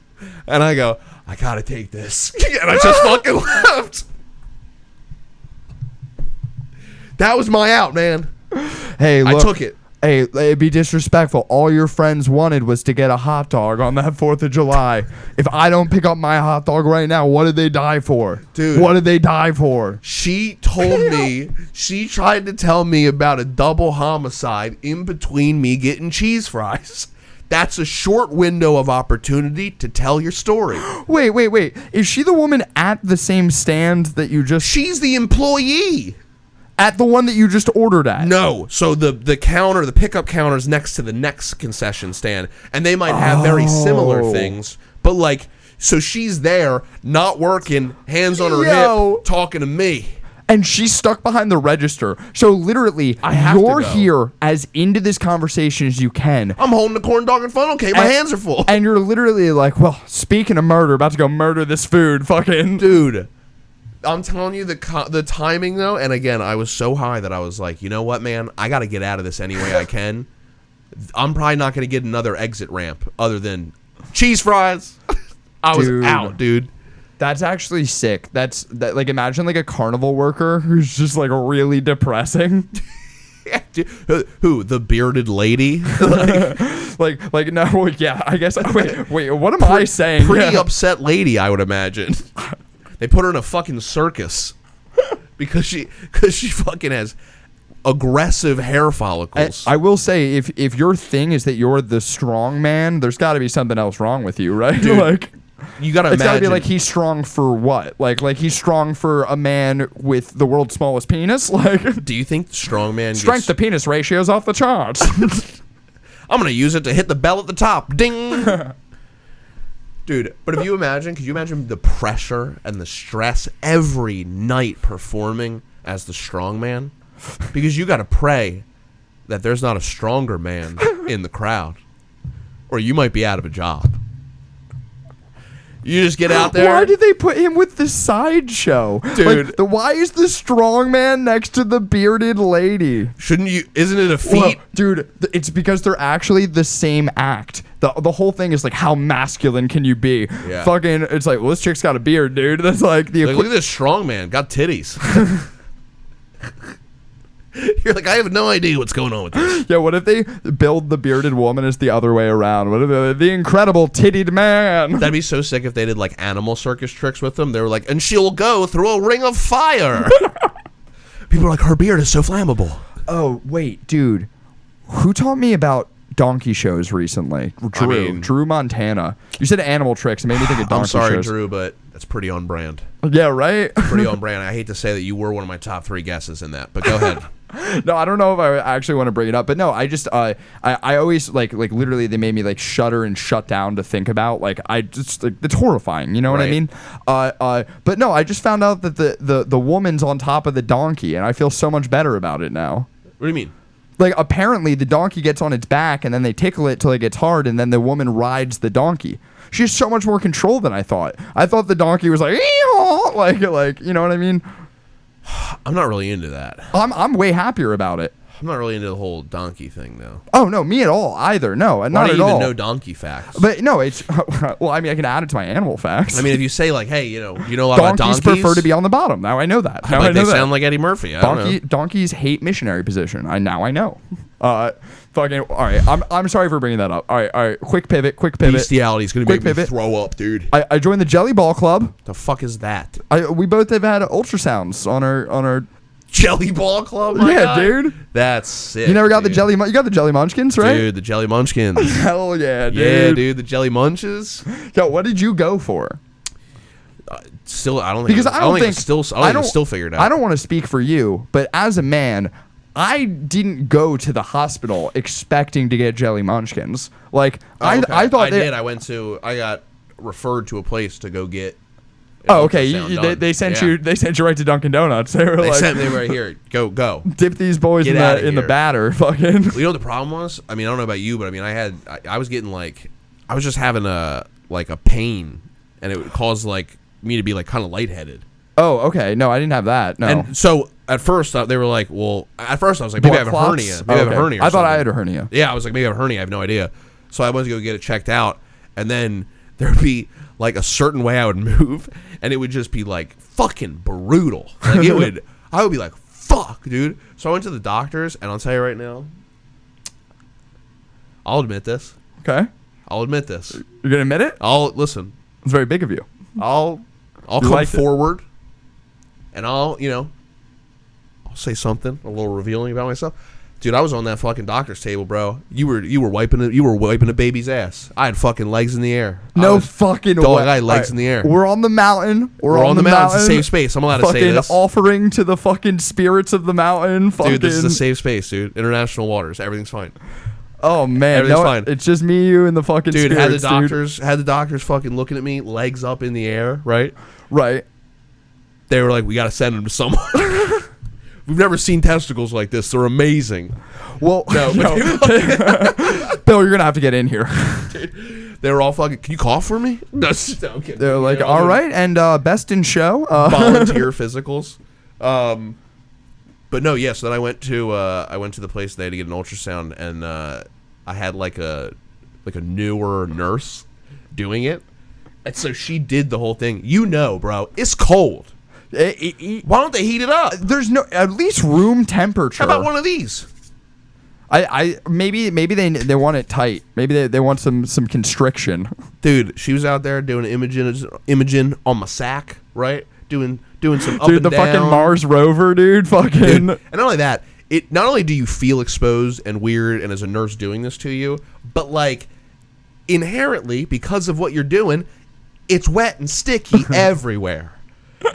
And I go, I gotta take this. and I just fucking left. That was my out, man.
Hey,
I
look.
took it.
Hey, it'd be disrespectful. All your friends wanted was to get a hot dog on that 4th of July. If I don't pick up my hot dog right now, what did they die for?
Dude.
What did they die for?
She told me, she tried to tell me about a double homicide in between me getting cheese fries. That's a short window of opportunity to tell your story.
Wait, wait, wait. Is she the woman at the same stand that you just
She's the employee.
at the one that you just ordered at?
No. So the the counter, the pickup counter is next to the next concession stand, and they might have very similar
Oh.
things, but like so she's there, not working, hands on her
Yo.
hip, talking to me.
And she's stuck behind the register. So literally,
I have to
you're
go.
here as into this conversation as you can.
I'm holding a corn dog and funnel cake. My
And-
hands are full.
And you're literally like, well, speaking of murder, about to go murder this food, fucking.
dude. I'm telling you the co- the timing though, and again, I was so high that I was like, you know what, man, I got to get out of this any way I can. I'm probably not going to get another exit ramp other than cheese fries. I was
Dude.
out, dude.
That's actually sick. That's that, like imagine like a carnival worker who's just like really depressing.
Yeah, dude. Who- Who the bearded lady?
like like no, wait, yeah. I guess wait wait. What am I saying?
Pretty
Yeah.
upset lady, I would imagine. they put her in a fucking circus because she because she fucking has aggressive hair
I,
follicles.
I will say if if your thing is that you're the strong man, there's got to be something else wrong with you, right?
Dude,
like
you gotta
it's got to
imagine.
be like he's strong for what? Like like he's strong for a man with the world's smallest penis. Like
do you think strongman
strength
gets
to penis ratios off the charts.
I'm gonna use it to hit the bell at the top. Ding. Dude, but if you imagine, could you imagine the pressure and the stress every night performing as the strong man? Because you gotta pray that there's not a stronger man in the crowd. Or you might be out of a job. You just get out there.
Why did they put him with the sideshow? Like,
Dude.
the, why is the strong man next to the bearded lady?
Shouldn't you isn't it a feat?
Well, dude, th- it's because they're actually the same act. The, the whole thing is like, how masculine can you be?
Yeah.
Fucking, it's like, well, this chick's got a beard, dude. That's like the
Like,
equi-
look at this strong man, got titties. You're like, I have no idea what's going on with this.
yeah. What if they build the bearded woman as the other way around? What if the, the incredible tittied man?
That'd be so sick if they did like animal circus tricks with them. They were like, and she'll go through a ring of fire. People are like, her beard is so flammable.
Oh wait, dude, who taught me about donkey shows recently? Drew,
mean-
Drew Montana. You said animal tricks, it made me think of donkey
I'm sorry,
shows.
Drew, but that's pretty on brand.
Yeah, right.
Pretty on brand. I hate to say that you were one of my top three guesses in that, but go ahead.
no, I don't know if I actually want to bring it up, but no, I just uh, I I always like like literally they made me like shudder and shut down to think about like I just like it's horrifying, you know what I
Right.
mean? Uh, uh, but no, I just found out that the the the woman's on top of the donkey, and I feel so much better about it now.
What do you mean?
Like apparently the donkey gets on its back and then they tickle it till it gets hard and then the woman rides the donkey. She has so much more control than I thought. I thought the donkey was like "Ee-haw," like like you know what I mean?
I'm not really into that.
I'm I'm way happier about it.
I'm not really into the whole donkey thing, though.
Oh no, me at all either. No, and
Why
not
do
at
you even
all.
know donkey facts?
but no, it's well. I mean, I can add it to my animal facts.
I mean, if you say like, hey, you know, you know a lot
donkeys,
about donkeys.
prefer to be on the bottom. Now I know that. Now I
like
know
they
that.
sound like Eddie Murphy. I don't
Donkey, donkeys hate missionary position. I now I know. Uh, fucking. All right. I'm I'm sorry for bringing that up. All right. All right. Quick pivot. Quick
know.
pivot.
Bestiality is going to
Quick
make me
pivot.
throw up, dude.
I, I joined the Jelly Ball Club.
the fuck is that?
I, we both have had ultrasounds on our on our.
Jelly Ball Club.
Yeah, dude.
That's sick.
You never got the
dude.
jelly. Mun- You got the jelly munchkins, right?
Dude, the Jelly Munchkins.
Hell yeah, dude.
yeah, dude, the Jelly Munches.
Yo, what did you go for?
Still, I don't think
Because I don't think
it's still. I don't, think it's still figured out.
I don't want to speak for you, but as a man, I didn't go to the hospital expecting to get jelly munchkins. Like
Oh,
I,
okay.
I thought they,
did. I went to. I got referred to a place to go get. an
oh, okay. you-
ultrasound
you- they,
done.
they sent
Yeah.
you. They sent you right to Dunkin' Donuts. They were
They
like,
sent me right here. Go, go.
dip these boys
Get
in the
outta
in the
here.
batter, fucking.
You know what the problem was? I mean, I don't know about you, but I mean, I had. I, I was getting like. I was just having a like a pain, and it would cause like me to be like kind of lightheaded.
Oh, okay. No, I didn't have that. No.
And so at first uh, they were like, well, at first I was like, maybe I have a
Blood
hernia.
clots? Oh,
Maybe I have a
Okay.
hernia. or
I thought I had
something.
a hernia.
Yeah, I was like, maybe I have a hernia. I have no idea. So I went to go get it checked out, and then there'd be like a certain way I would move, and it would just be like fucking brutal. Like it would, I would be like, fuck, dude. So I went to the doctors, and I'll tell you right now, I'll admit this.
Okay.
I'll admit this.
You're gonna admit it?
I'll listen.
It's very big of you.
I'll I'll
You
come
liked it.
forward and I'll, you know, I'll say something a little revealing about myself. Dude, I was on that fucking doctor's table, bro. You were you were wiping a, you were wiping a baby's ass. I had fucking legs in the air. I
No
was-
fucking
dog,
way.
I had legs
Alright,
in the air.
We're on the mountain. We're,
We're
on, the mountain.
It's a safe space. I'm allowed to
fucking
say this.
offering to the fucking spirits of the mountain. Fucking.
dude, this is a safe space, dude. International waters. Everything's fine.
Oh man,
Everything's
no,
fine.
it's just me, you, and the fucking
Dude,
spirits,
had the
dude.
doctors had the doctors fucking looking at me, legs up in the air, right?
Right.
They were like, We gotta send him to someone. We've never seen testicles like this. They're amazing.
Well, no, Bill, you're gonna have to get in here.
They were all fucking. Can you cough for me? No, I'm kidding.
They're like,
Yeah,
all right, and uh, best in show. Uh,
Volunteer physicals. Um, but no, yeah. So then I went to uh, I went to the place and they had to get an ultrasound, and uh, I had like a like a newer nurse doing it, and so she did the whole thing. You know, bro, it's cold.
it- it- it-
Why don't they heat it up?
eh, there's no at least room temperature.
How about one of these?
I, I maybe maybe they they want it tight. Maybe they, they want some some constriction.
Dude, she was out there doing imaging imaging on my sack, right? Doing doing some up
dude,
and
the fucking
down.
Mars rover, dude. Fucking.
Dude, and not only that, it not only do you feel exposed and weird, and as a nurse doing this to you, but like inherently because of what you're doing, it's wet and sticky everywhere.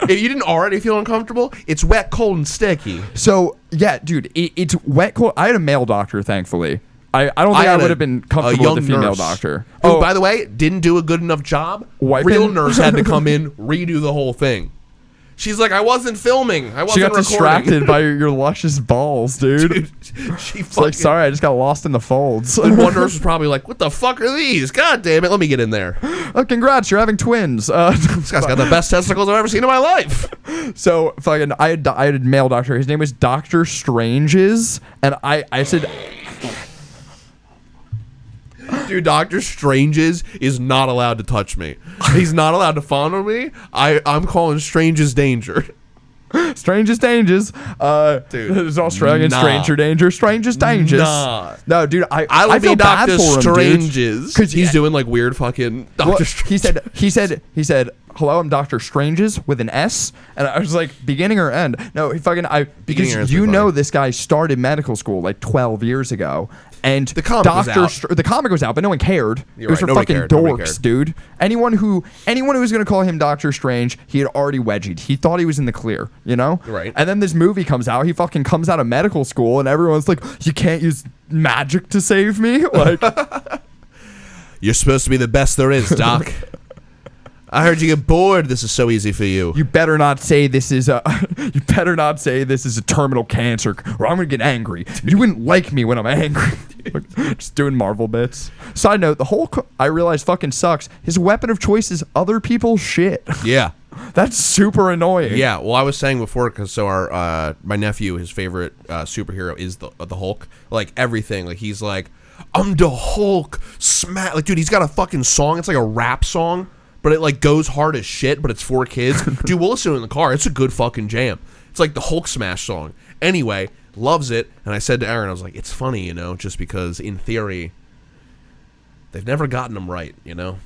If you didn't already feel uncomfortable, it's wet, cold, and sticky.
So yeah, dude, it, it's wet cold. I had a male doctor, thankfully. I, I don't think I,
had
would
a-
have been
a
comfortable
young
with a female
nurse
doctor. Oh.
Who, by the way, didn't do a good enough job.
Wiping?
Real nurse had to come in, redo the whole thing. She's like, I wasn't filming. I wasn't
she got
recording.
distracted by your, your luscious balls, dude.
Dude, she
it's like
fucking
sorry, I just got lost in the folds. Oh,
And one nurse was probably like, "What the fuck are these? God damn it! Let me get in there." This
oh, congrats, you're having twins. Uh,
guy's got the best testicles I've ever seen in my life.
so fucking, I had I had a male doctor. His name was Doctor Stranges, and I I said
Dude, Doctor Stranges is not allowed to touch me. He's not allowed to fondle me. I I'm calling Stranges danger.
strangest dangers. Uh,
Dude,
there's Australian
nah.
stranger danger, strangest dangers.
Nah.
No, dude, I
I
I
would
feel
be
bad
Doctor
for him, dude.
Stranges
'Cause
he's
yeah.
doing like weird fucking Doctor.
Well,
Strange.
he said he said he said hello i'm dr stranges with an s and i was like beginning or end no he fucking i
Beginning or end's
because you
pretty
know
funny.
this guy started medical school like 12 years ago and the
comic was out.
the comic was out but no one cared
You're
it was
right,
for
nobody
fucking
cared, nobody
dorks
cared.
dude anyone who anyone who was going to call him dr strange he had already wedged he thought he was in the clear you know
Right.
and then this movie comes out he fucking comes out of medical school and everyone's like you can't use magic to save me like
"You're supposed to be the best there is, Doc." I heard you get bored. This is so easy for you.
you better not say this is a you better not say this is a terminal cancer or I'm gonna get angry. You wouldn't like me when I'm angry. Just doing Marvel bits. Side note: the whole I realize fucking sucks. His weapon of choice is other people's shit.
yeah.
That's super annoying.
Yeah, well, I was saying before because so our uh, my nephew, his favorite uh, superhero is the the Hulk. Like everything, like he's like, I'm the Hulk. Smack, like dude, he's got a fucking song. It's like a rap song, but it like goes hard as shit. But it's for kids. dude, we'll listen to it in the car. It's a good fucking jam. It's like the Hulk smash song. Anyway, loves it. And I said to Aaron, I was like, it's funny, you know, just because in theory, they've never gotten them right, you know?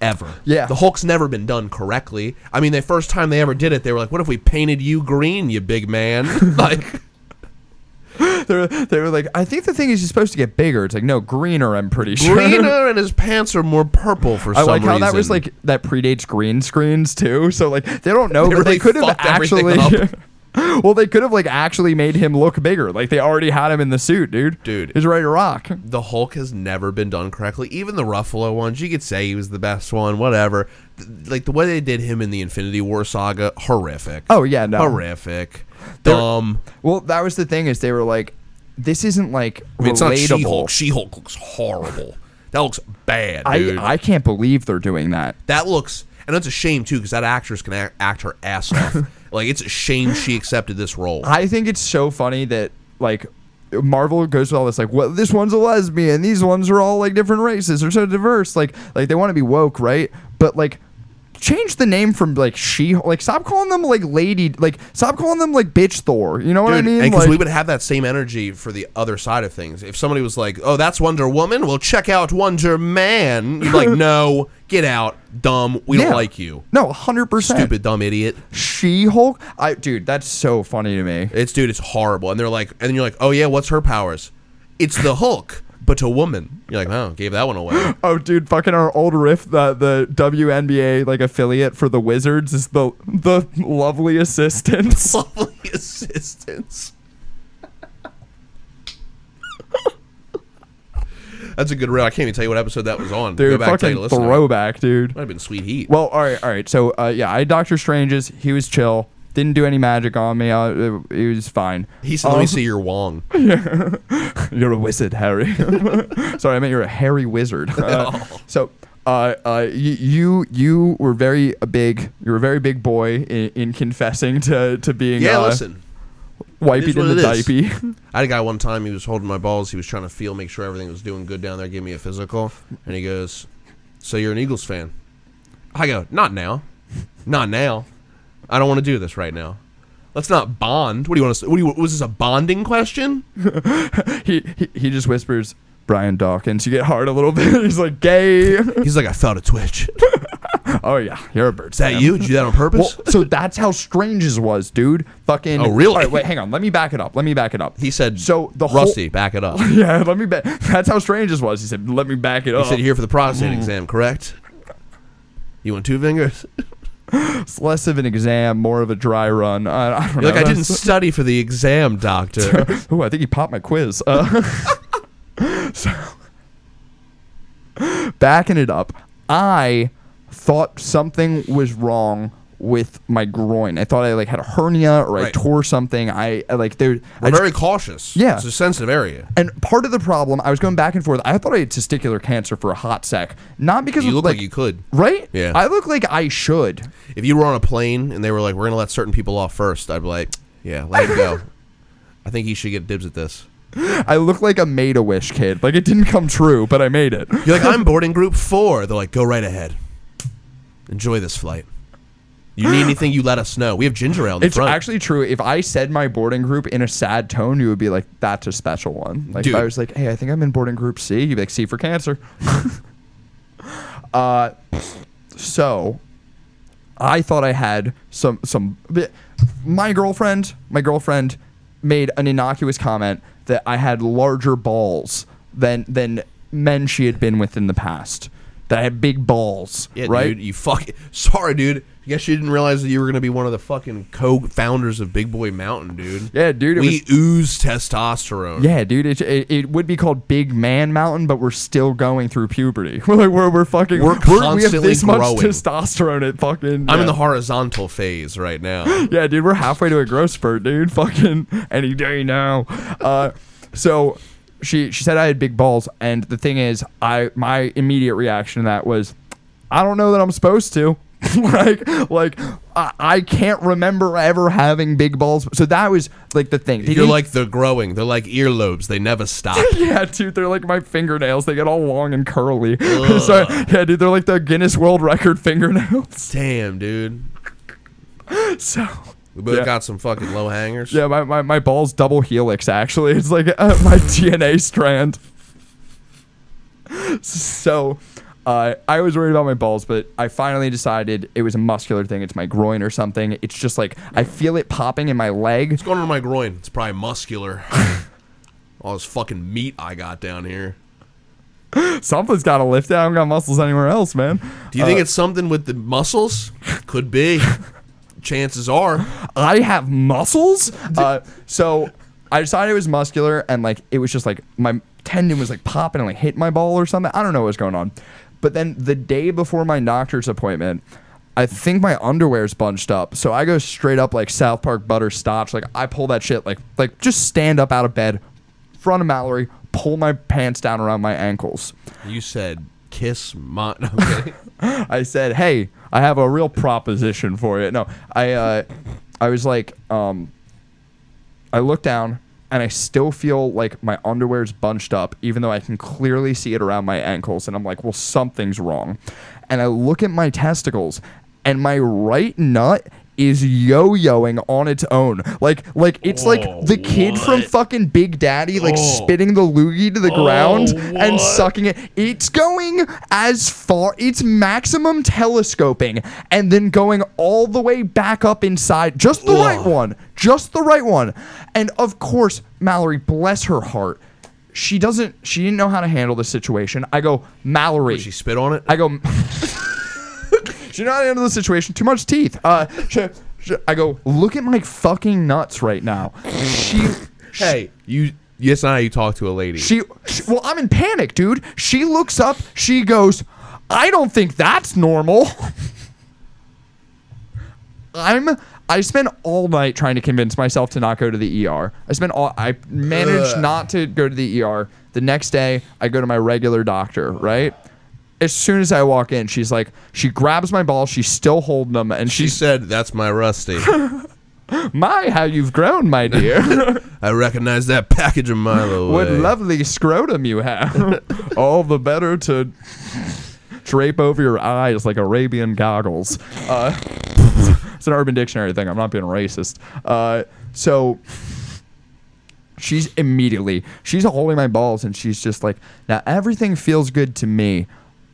Ever.
Yeah.
The Hulk's never been done correctly. I mean, the first time they ever did it, they were like, what if we painted you green, you big man? like,
they were, they were like, I think the thing is you're supposed to get bigger. It's like no, greener. I'm pretty sure.
greener and his pants are more purple for
I
some
like how that
reason.
was like that predates green screens too. So like they don't know,
They
but
really
they could have
fucked everything
actually. well, they could have like actually made him look bigger. Like they already had him in the suit, dude.
Dude.
he's ready to rock.
The Hulk has never been done correctly. Even the Ruffalo ones, you could say he was the best one, whatever. Th- Like, the way they did him in the Infinity War saga, horrific.
Oh, yeah, no.
Horrific.
They're-
Dumb.
Well, that was the thing is they were like, this isn't like
I mean, it's not She
relatable.
Hulk. She Hulk looks horrible. That looks bad, dude.
I I can't believe they're doing that.
That looks and that's a shame too because that actress can act, act her ass off. like it's a shame she accepted this role.
I think it's so funny that like Marvel goes with all this like, well, this one's a lesbian, these ones are all like different races, they're so diverse, like like they want to be woke, right? But like change the name from like she like stop calling them like lady like stop calling them like bitch thor you know what i
Dude,
mean
and because
Like-
we would have that same energy for the other side of things. If somebody was like, "Oh, that's Wonder Woman," well, check out Wonder Man. You'd be like, "No, get out, dumb. We
Yeah.
don't like you,
no 100%
stupid dumb idiot."
she hulk i dude that's so funny to me
It's dude, it's horrible. And they're like, and then you're like, "Oh yeah, what's her powers?" It's the Hulk, but a woman. You're like, "Oh, gave that one away."
Oh, dude, fucking our old riff, the the WNBA like affiliate for the Wizards is the the lovely assistants.
Lovely assistance. That's a good row. I can't even tell you what episode that was on.
Dude,
and take a
fucking
listen to it.
throwback, dude.
Might have been sweet heat.
Well, all right, all right. So, uh, yeah, I had Doctor Strange's. He was chill. Didn't do any magic on me. Uh, it, it was fine.
He said, "Let
Um,
me see your wong."
You're a wizard, Harry. Sorry, I meant you're a hairy wizard. Uh, So, uh, uh, y- you you were very a big. You were a very big boy in, in confessing to to being
Yeah,
uh,
listen. it
wiping
is what
in the
it is.
diaper.
I had a guy one time. He was holding my balls. He was trying to feel, make sure everything was doing good down there. Give me a physical, and he goes, "So you're an Eagles fan?" I go, "Not now, not now. I don't want to do this right now. Let's not bond. What do you want to? What do you? Was this a bonding question?
he, he he just whispers Brian Dawkins. You get hard a little bit. He's like gay.
He's like, "I felt a twitch. Is
oh yeah, you're a bird. Is
that you? Did you do that on
Well,
purpose?"
so that's how Strange's was, dude. Fucking.
Oh, really?
All right, wait, hang on. Let me back it up. Let me back it up.
he said,
So the whole-
Rusty, back it up." He
Yeah, let me back. That's how Strange's was. He said, "Let me back it up."
said, "You're "Here for the
Hmm.
prostate exam, correct? You want two fingers?"
it's less of an exam, more of a dry run. I, I don't
You're
know.
like, "I didn't study for the exam, doctor."
Oh, I think he popped my quiz. Uh, so, backing it up, I thought something was wrong with my groin. I thought I like had a hernia or I
Right.
tore something. I, I, like there. I
We're
just-
very cautious.
Yeah.
It's a sensitive area.
and part of the problem, I was going back and forth. I thought I had testicular cancer for a hot sec, not because
You
of,
look like, you could.
right.
Yeah.
I look like I should.
If you were on a plane and they were like, we're going to let certain people off first, I'd be like, yeah, let him go. I think he should get dibs at this.
I look like a made a wish kid. Like it didn't come true, but I made it.
You're like, I'm boarding group four. They're like, go right ahead. Enjoy this flight. You need anything, you let us know. We have ginger ale in the
It's
front.
actually true. If I said my boarding group in a sad tone, you would be like, "That's a special one." Like if I
Dude.
was like, "Hey, I think I'm in boarding group C," you'd be like, "C for cancer." uh, so I thought I had some some. My girlfriend, my girlfriend, made an innocuous comment that I had larger balls than than men she had been with in the past. That I had big balls,
yeah,
right?
dude. You fucking. Sorry, dude. I guess you didn't realize that you were going to be one of the fucking co founders of Big Boy Mountain, dude.
Yeah, dude, it
we
was-
ooze testosterone.
Yeah, dude, it, it, it would be called Big Man Mountain, but we're still going through puberty. We're like, we're, we're fucking,
We're
we have
constantly
this much
growing.
testosterone at fucking.
I'm in
yeah.
the horizontal phase right now.
Yeah, dude, we're halfway to a growth spurt, dude. Fucking any day now. Uh, so she she said I had big balls, and the thing is, I my immediate reaction to that was, I don't know that I'm supposed to. like like I, I can't remember ever having big balls. So that was like the thing. They
You're
didn't-
like they're growing. They're like earlobes. They never stop.
Yeah, dude, they're like my fingernails. They get all long and curly. so yeah, dude, they're like the Guinness World Record fingernails.
Damn, dude.
So
We both
Yeah.
got some fucking low hangers.
yeah, my, my, my balls double helix actually. It's like uh, my DNA strand. So uh, I was worried about my balls, but I finally decided it was a muscular thing. It's my groin or something. It's just like I feel it popping in my leg.
What's going on in my groin? It's probably muscular. All this fucking meat I got down here.
Something's got to lift it. I don't got muscles anywhere else, man.
Do you think it's something with the muscles? Could be. Chances are.
I have muscles. Uh, so I decided it was muscular and like it was just like my tendon was like popping and like hit my ball or something. I don't know what was going on. But then the day before my doctor's appointment, I think my underwear's bunched up. So I go straight up like South Park butter stops. Like I pull that shit like like just stand up out of bed, front of Mallory, pull my pants down around my ankles.
You said kiss my. No, I'm kidding.
I said, "Hey, I have a real proposition for you." No, I uh, I was like, um, I look down and I still feel like my underwear's bunched up, even though I can clearly see it around my ankles, and I'm like, "Well, something's wrong." And I look at my testicles, and my right nut is yo-yoing on its own like like it's
Oh,
like the kid from
what?
fucking big daddy like
Oh.
spitting the loogie to the ground and
what?
sucking it. It's going as far, it's maximum telescoping and then going all the way back up inside. Just the right
Ugh.
one. Just the right one. And of course, Mallory, bless her heart. She doesn't, she didn't know how to handle the situation. I go, Mallory.
She spit on it.
I go. She's not into the situation. Too much teeth. Uh, sh- sh- I go. Look at my fucking nuts right now. She.
hey, you. Yes, not how you talk to a lady.
She, sh Well, I'm in panic, dude. She looks up. She goes. I don't think that's normal. I'm. I spent all night trying to convince myself to not go to the ER. I spent all. I managed
Ugh.
not to go to the ER. The next day, I go to my regular doctor. Right. As soon as I walk in, she's like, she grabs my balls. She's still holding them, and
she
she's
said, "That's my rusty.
my how you've grown, my dear.
I recognize that package of Milo.
What
away."
lovely scrotum you have. All the better to drape over your eyes like Arabian goggles. Uh, it's an Urban Dictionary thing. I'm not being racist. Uh, so she's immediately she's holding my balls and she's just like, now everything feels good to me.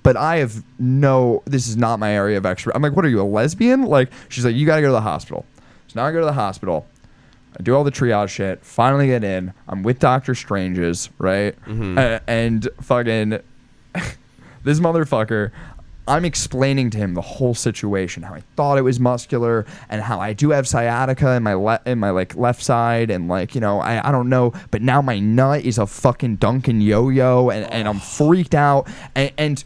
But I have no. This is not my area of extra. I'm like, what are you, a lesbian? Like, she's like, you gotta go to the hospital. So now I go to the hospital. I do all the triage shit. Finally get in. I'm with Doctor Strange's, right? A- and fucking this motherfucker. I'm explaining to him the whole situation, how I thought it was muscular, and how I do have sciatica in my le- in my like left side, and like you know I, I don't know, but now my nut is a fucking Dunkin' yo-yo, and, and I'm freaked out. And, and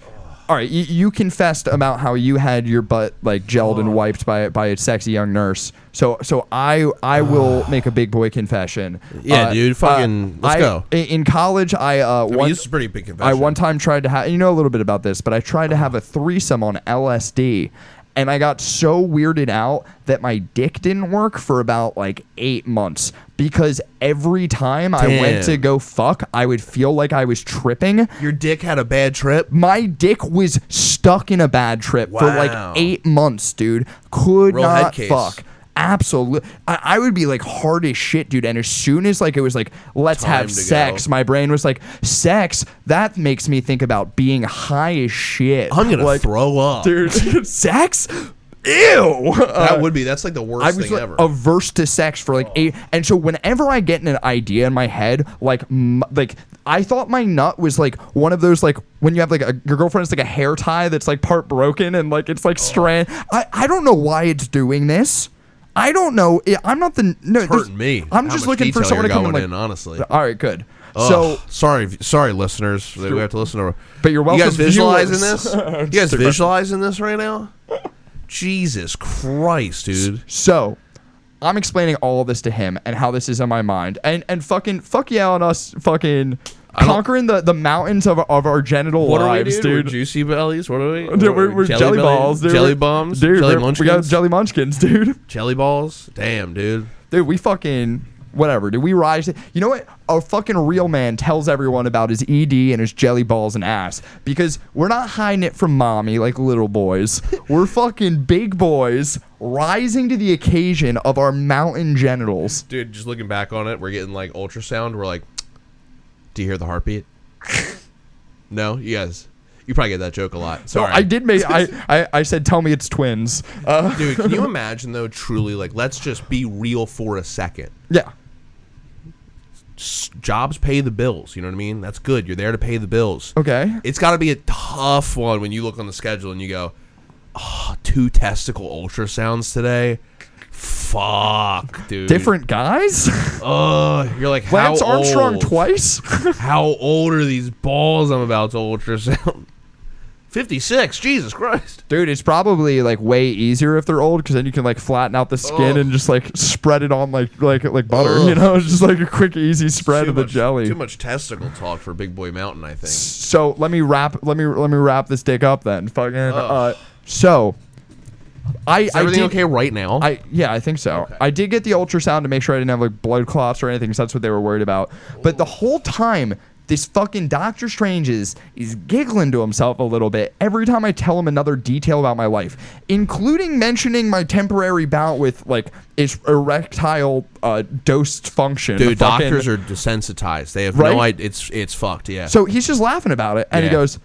all right, you, you confessed about how you had your butt like gelled and wiped by by a sexy young nurse. So so I I will make a big boy confession. Uh,
Yeah, dude, fucking- let's
I-
go.
i- In college, I uh,
I mean,
one-
this is pretty big confession.
I one time tried to have, you know a little bit about this, but I tried to have a threesome on LSD. And I got so weirded out that my dick didn't work for about like eight months because every time I went to
Damn.
go fuck, I would feel like I was tripping.
Your dick had a bad trip.
My dick was stuck in a bad trip for
Wow.
like eight months, dude. Could
Real head
not
case.
fuck. Absolutely, I, I would be like hard as shit, dude. And as soon as like it was like, let's
Time
have
to
sex,
go.
my brain was like, sex. That makes me think about being high as shit.
I'm gonna
like,
throw up.
dude. sex, ew.
that
Uh,
would be. That's like the worst
I was
thing
like, oh,
ever.
averse to sex for like eight, and so whenever I get an idea in my head, like m- like I thought my nut was like one of those like when you have like a your girlfriend's like a hair tie that's like part broken and like it's like
Oh.
strand. I I don't know why it's doing this. I don't know. I- I'm not the no.
Hurting
there's-
me.
I'm
How
just
much
looking for
detail
someone to
you're
come
going
and like.
in, honestly.
all right, good.
Ugh.
So
sorry, sorry, listeners, that we have to listen to.
But you're
You guys
welcome,
visualizing
viewers.
this? You guys visualizing this right now? Jesus Christ, dude!
So I'm explaining all this to him and how this is in my mind. And and fucking fuck yeah on us fucking
don't-
conquering the, the mountains of, of our genital lives, dude.
juicy bellies. What are we?
Dude, we're, we're jelly, balls, dude.
jelly
We're-
bombs,
dude. we're-
jelly
we got
munchkins,
jelly munchkins, dude.
jelly balls. Damn, dude.
Dude, we fucking whatever. Dude, we rise. to- you know what? A fucking real man tells everyone about his ED and his jelly balls and ass because we're not hiding it from mommy like little boys. we're fucking big boys rising to the occasion of our mountain genitals.
Dude, just looking back on it, we're getting like ultrasound. We're like, do you hear the heartbeat? no, you guys, you probably get that joke a lot. Sorry,
I did make. I, I I said, tell me it's twins. Uh,
Dude, can you imagine though? Truly, like, let's just be real for a second.
yeah.
S- Jobs pay the bills. You know what I mean? That's good. You're there to pay the bills.
Okay.
It's got to be a tough one when you look on the schedule and you go, oh, two testicle ultrasounds today. Fuck, dude.
Different guys.
Ugh. You're like how
Lance Armstrong
old?
twice.
How old are these balls I'm about to ultrasound? 56. Jesus Christ.
Dude, it's probably like way easier if they're old because then you can like flatten out the skin
Ugh.
and just like spread it on like like like butter.
Ugh.
You know, it's just like a quick, easy spread
Oh. Too
of the
much-
jelly.
Too much testicle talk for Big Boy Mountain, I think.
So let me wrap let me let me wrap this dick up then. Fucking uh,
Ugh.
so I
Is everything
I did,
okay right now?
I yeah, I think so. I did get the ultrasound to make sure I didn't have like blood clots or anything. 'cause that's what they were worried about. But the whole time, this fucking Doctor Strange is is giggling to himself a little bit every time I tell him another detail about my life, including mentioning my temporary bout with like is erectile uh, dose function.
Dude,
the fucking-
doctors are desensitized. They have
Right?
no idea. It's, it's fucked, yeah.
So he's just laughing about it, and he
Yeah.
goes,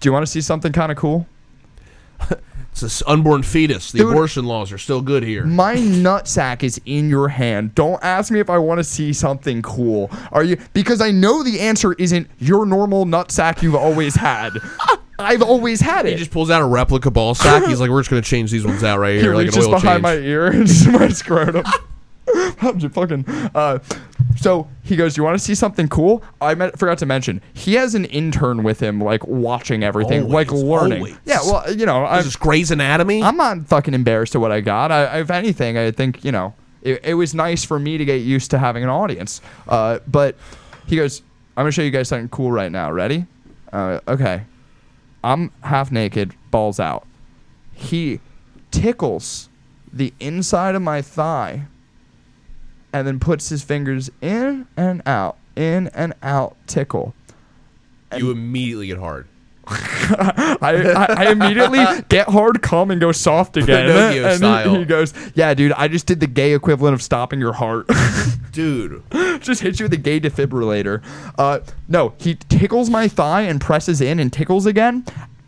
"Do you want to see something kind of cool?"
it's this unborn fetus. The
Dude.
abortion laws are still good here.
My nutsack is in your hand. Don't ask me if I want to see something cool. Are you? Because I know the answer isn't your normal nutsack you've always had. I've always had
He
it.
just pulls out a replica ball sack. He's like, we're just going to change these ones out right
He
here. like an
reaches
oil
behind
change.
my ear and just my scrotum. I'm just fucking. Uh, so he goes, "You want to see something cool?" I meant, forgot to mention he has an intern with him, like watching everything, like
Always,
learning.
always.
Yeah, well, you know,
Is
I'm,
this Grey's Anatomy?
I'm not fucking embarrassed at what I got. I, if anything, I think you know it, it was nice for me to get used to having an audience. Uh, but he goes, "I'm gonna show you guys something cool right now. Ready? Uh, okay. I'm half naked, balls out. He tickles the inside of my thigh, and then puts his fingers in and out, in and out, tickle.
you immediately get hard.
I, I, I immediately get hard, calm, and go soft again.
Pinocchio
and he-
style.
He, goes, "Yeah, dude, I just did the gay equivalent of stopping your heart.
Dude.
just hit you with a gay defibrillator." Uh, no, he tickles my thigh and presses in and tickles again,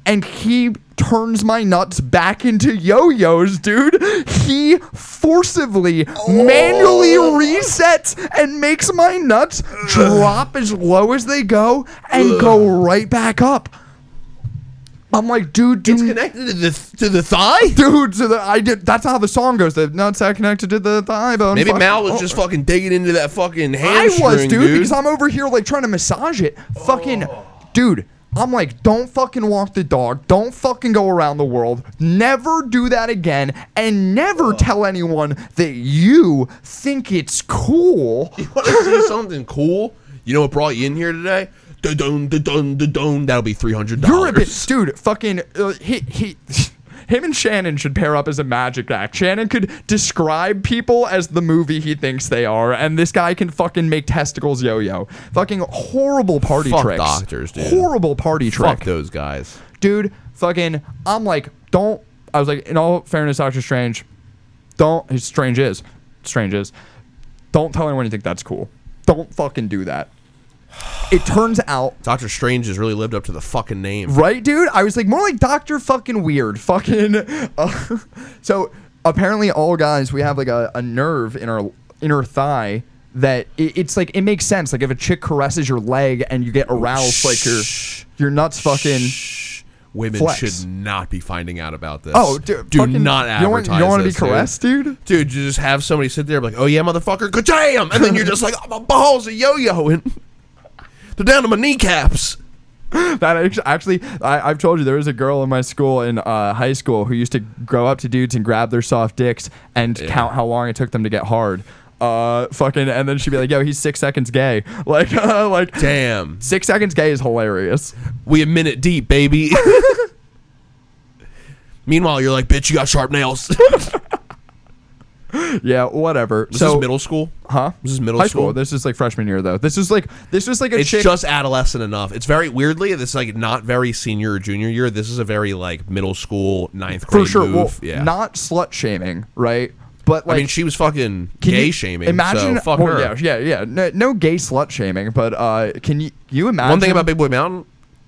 and he turns my nuts back into yo-yos, dude. He forcibly, manually
Oh.
resets and makes my nuts drop as low as they go and go right back up. I'm like, dude, do
It's connected to the, to the thigh?
dude. So the, I did. That's how the song goes. The nuts are connected to the thigh bone.
Maybe
Fuck.
Mal was
Oh.
just fucking digging into that fucking
I
hamstring,
was, dude,
dude.
because I'm over here like trying to massage it. Fucking, dude. I'm like, don't fucking walk the dog. Don't fucking go around the world. Never do that again, and never tell anyone that you think it's cool.
You want to see something cool? You know what brought you in here today? Dun dun dun dun. That'll be three hundred dollars.
You're a bit, dude. Fucking, uh, he he. Him and Shannon should pair up as a magic act. Shannon could describe people as the movie he thinks they are, and this guy can fucking make testicles yo-yo. Fucking horrible party
Fuck
tricks.
doctors, dude.
Horrible party
Fuck
trick,
those guys.
dude. Fucking, I'm like, don't. I was like, in all fairness, Doctor Strange, don't. He's strange is, strange is. Don't tell anyone you think that's cool. Don't fucking do that. It turns out
Doctor Strange has really lived up to the fucking name.
Right, dude? I was like, more like Dr. fucking weird. Fucking. Uh, so apparently, all guys, we have like a, a nerve in our inner thigh that it, it's like, it makes sense. Like if a chick caresses your leg and you get aroused, like your, your nuts fucking.
Shh. Women
flex.
should not be finding out about this.
Oh, dude.
do
fucking-
not advertise
You don't want, you don't want to be
this, dude.
caressed, dude?
Dude, you just have somebody sit there and be like, "Oh yeah, motherfucker, good damn," and then you're just like, oh, "My balls are yo-yoing. They're down to my kneecaps."
That act- actually, I, I've told you there was a girl in my school in uh, high school who used to grow up to dudes and grab their soft dicks and count how long it took them to get hard. Uh, fucking, and then she'd be like, "Yo, he's six seconds gay." Like, uh, like
Damn,
six seconds gay is hilarious.
we a minute deep, baby. Meanwhile, you're like, "Bitch, you got sharp nails." was
Yeah, whatever.
this
so,
middle school?
huh?
Was this middle
high
school?
school. This is like freshman year though. This is like this is like a
it's
chick.
just adolescent enough. It's very weirdly, this is like not very senior or junior year. This is a very like middle school ninth grade
for sure.
move.
Well,
yeah,
not slut shaming, right? But like
I mean, she was fucking
Can
gay
you
shaming.
Imagine,
so fuck
well,
her.
Yeah, yeah, yeah. No, no gay slut shaming, but uh, can you you imagine?
One thing about Big Boy Mountain,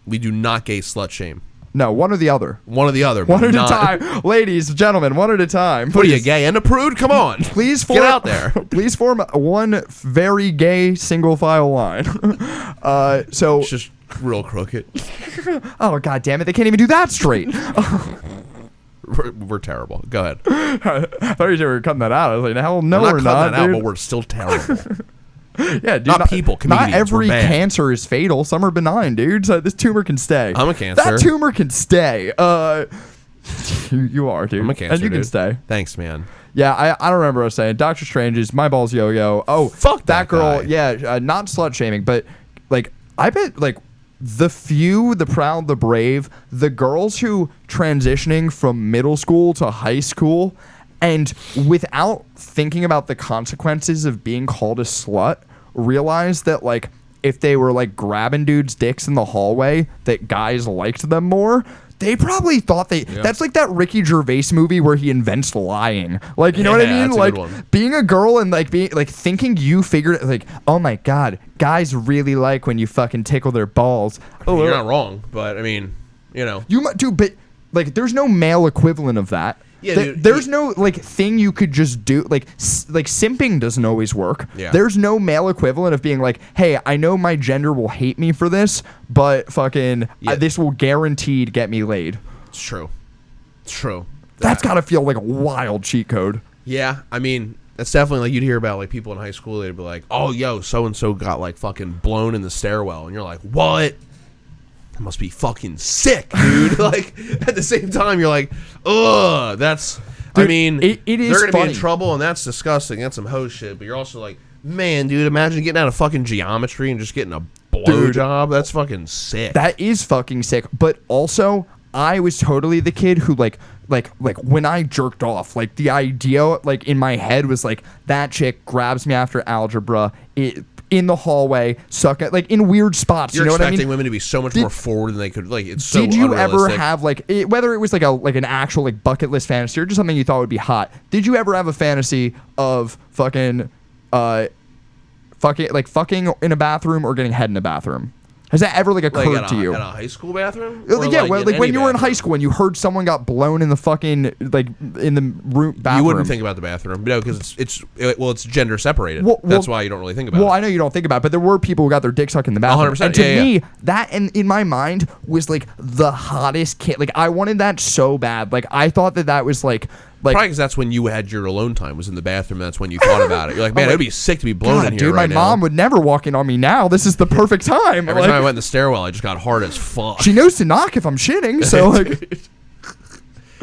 we do not gay slut shame.
no one or the other,
One or the other. but
one at
not-
a time, ladies, gentlemen, one at a time.
What are you
Please-
gay and a prude? Come on,
Please form
get out there.
please form one very gay single file line. uh, so
It's just real crooked.
oh god damn it, they can't even do that straight.
We're, we're terrible. Go ahead.
I thought you said we were cutting that out. I was like, hell no,
we're not
we're
cutting
not.
that out,
dude.
but we're still terrible.
Yeah, dude,
Not people, comedians
Not
were
every
bad.
cancer is fatal. Some are benign, dude. So this tumor can stay.
I'm a cancer.
That tumor can stay. Uh, you, you are, dude.
I'm a cancer.
And you can
dude.
stay.
Thanks, man.
Yeah, I, I don't remember what I was saying. Doctor Strange is my balls yo yo. Oh,
Fuck that
girl.
guy.
Yeah, uh, not slut shaming, but like I bet like the few, the proud, the brave, the girls who transitioning from middle school to high school and without thinking about the consequences of being called a slut, realize that like if they were like grabbing dudes' dicks in the hallway, that guys liked them more. They probably thought they. That's like that Ricky Gervais movie where he invents lying. Like you know what I
Yeah,
mean?
that's a
like
good one.
being a girl and like being like thinking you figured like oh my god, guys really like when you fucking tickle their balls. Oh,
You're
uh,
not wrong, but I mean, you know.
you might do, but like there's no male equivalent of that.
Yeah,
Th-
dude,
there's
it-
no like thing you could just do like s- like simping doesn't always work.
Yeah.
There's no male equivalent of being like, hey, I know my gender will hate me for this, but fucking uh,
Yeah.
this will guaranteed get me laid.
It's true. It's true.
That's gotta feel like a wild cheat code.
Yeah, I mean, that's definitely like you'd hear about like people in high school. They'd be like, "Oh, yo, so and so got like fucking blown in the stairwell," and you're like, "What?" That must be fucking sick, dude. like at the same time, you're like, "Ugh, that's." I
Dude,
mean,
it- it is
they're gonna be
funny.
in trouble, and that's disgusting. That's some hoe shit. But you're also like, man, dude, imagine getting out of fucking geometry and just getting a blow
Dude.
job. That's fucking sick.
That is fucking sick. But also, I was totally the kid who like like like when I jerked off, like the idea like in my head was like that chick grabs me after algebra it, in the hallway, suck it like in weird spots.
you're
you know what I
expecting
mean?
women to be so much more forward than they could. Like, it's so
Did you ever
unrealistic.
have like it, whether it was like a like an actual like bucket list fantasy or just something you thought would be hot? Did you ever have a fantasy of fucking uh fucking like fucking in a bathroom or getting head in a bathroom? Has that ever like occurred
like at
to
a,
you?
at a high school bathroom?
Yeah,
Or,
like, yeah, well,
in
like when
any
you were in high
bathroom?
school and you heard someone got blown in the fucking like in the room bathroom.
You wouldn't think about the bathroom, no, because it's it's it- well, it's gender separated.
Well-
That's
well-
why you don't really think about
Well, I
it.
know you don't think about, it, but there were people who got their dick sucked in the bathroom.
100%,
And to
yeah, yeah.
me, that and in my mind was like the hottest kid. Like I wanted that so bad. Like I thought that that was like like
Probably because that's when you had your alone time was in the bathroom. That's when you thought about it. You're like, man,
like,
it'd be sick to be blown in
Oh, God,
here
dude,
right
my
now."
mom would never walk in on me now. This is the perfect time.
Every
Like,
time I went in the stairwell, I just got hard as fuck.
she knows to knock if I'm shitting. So like,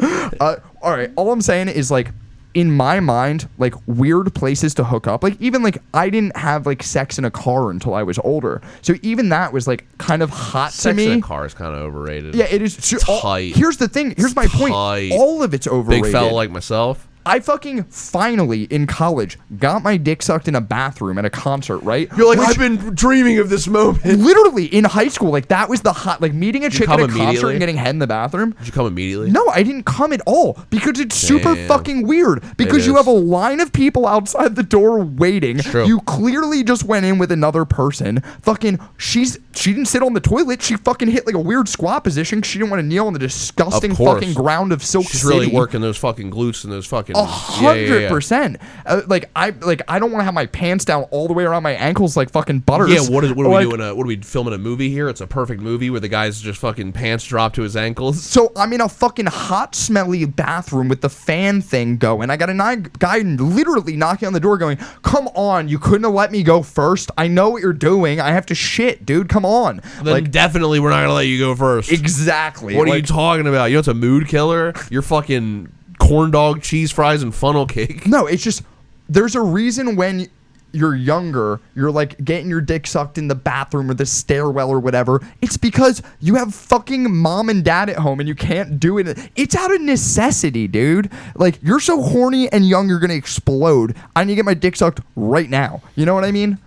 uh, all right. All I'm saying is like, in my mind, like weird places to hook up. Like even like I didn't have like sex in a car until I was older. So even that was like kind of hot to
Sex
me.
in a car is kind of overrated.
Yeah, it is. so- all-
Tight.
here's the thing. Here's my point.
Tight.
All of it's overrated.
big fella like myself.
I fucking finally in college got my dick sucked in a bathroom at a concert. Right? Which-
been dreaming of this moment. Did
literally in high school. Like that was the hot. Like meeting a chick
come
at a concert
immediately?
and getting head in the bathroom.
you come immediately?
No, I didn't come at all because it's super
Damn.
fucking weird. Because you
is.
have a line of people outside the door waiting.
true.
You clearly just went in with another person. Fucking, she's she didn't sit on the toilet. She fucking hit like a weird squat position. 'cause She didn't want to kneel on the disgusting
Of course.
fucking ground of silk.
She's really
City.
working those fucking glutes and those fucking.
A
Yeah,
hundred
yeah, yeah.
percent. Uh, Like I like I don't want to have my pants down all the way around my ankles like fucking butters.
Yeah, what is what are
Like,
we doing? A, what are we filming a movie here? It's a perfect movie where the guy's just fucking pants drop to his ankles.
So I'm in a fucking hot, smelly bathroom with the fan thing going. I got a ni- guy literally knocking on the door, going, "Come on, you couldn't have let me go first. I know what you're doing. I have to shit, dude. Come on."
Then
like
definitely we're not gonna let you go first.
exactly.
what are
Like,
you talking about? You know it's a mood killer. Your fucking corn dog, cheese fries, and funnel cake.
no, it's just there's a reason when you're younger, you're like getting your dick sucked in the bathroom or the stairwell or whatever. It's because you have fucking mom and dad at home and you can't do it. It's out of necessity, dude. Like you're so horny and young, you're gonna explode. I need to get my dick sucked right now. You know what I mean?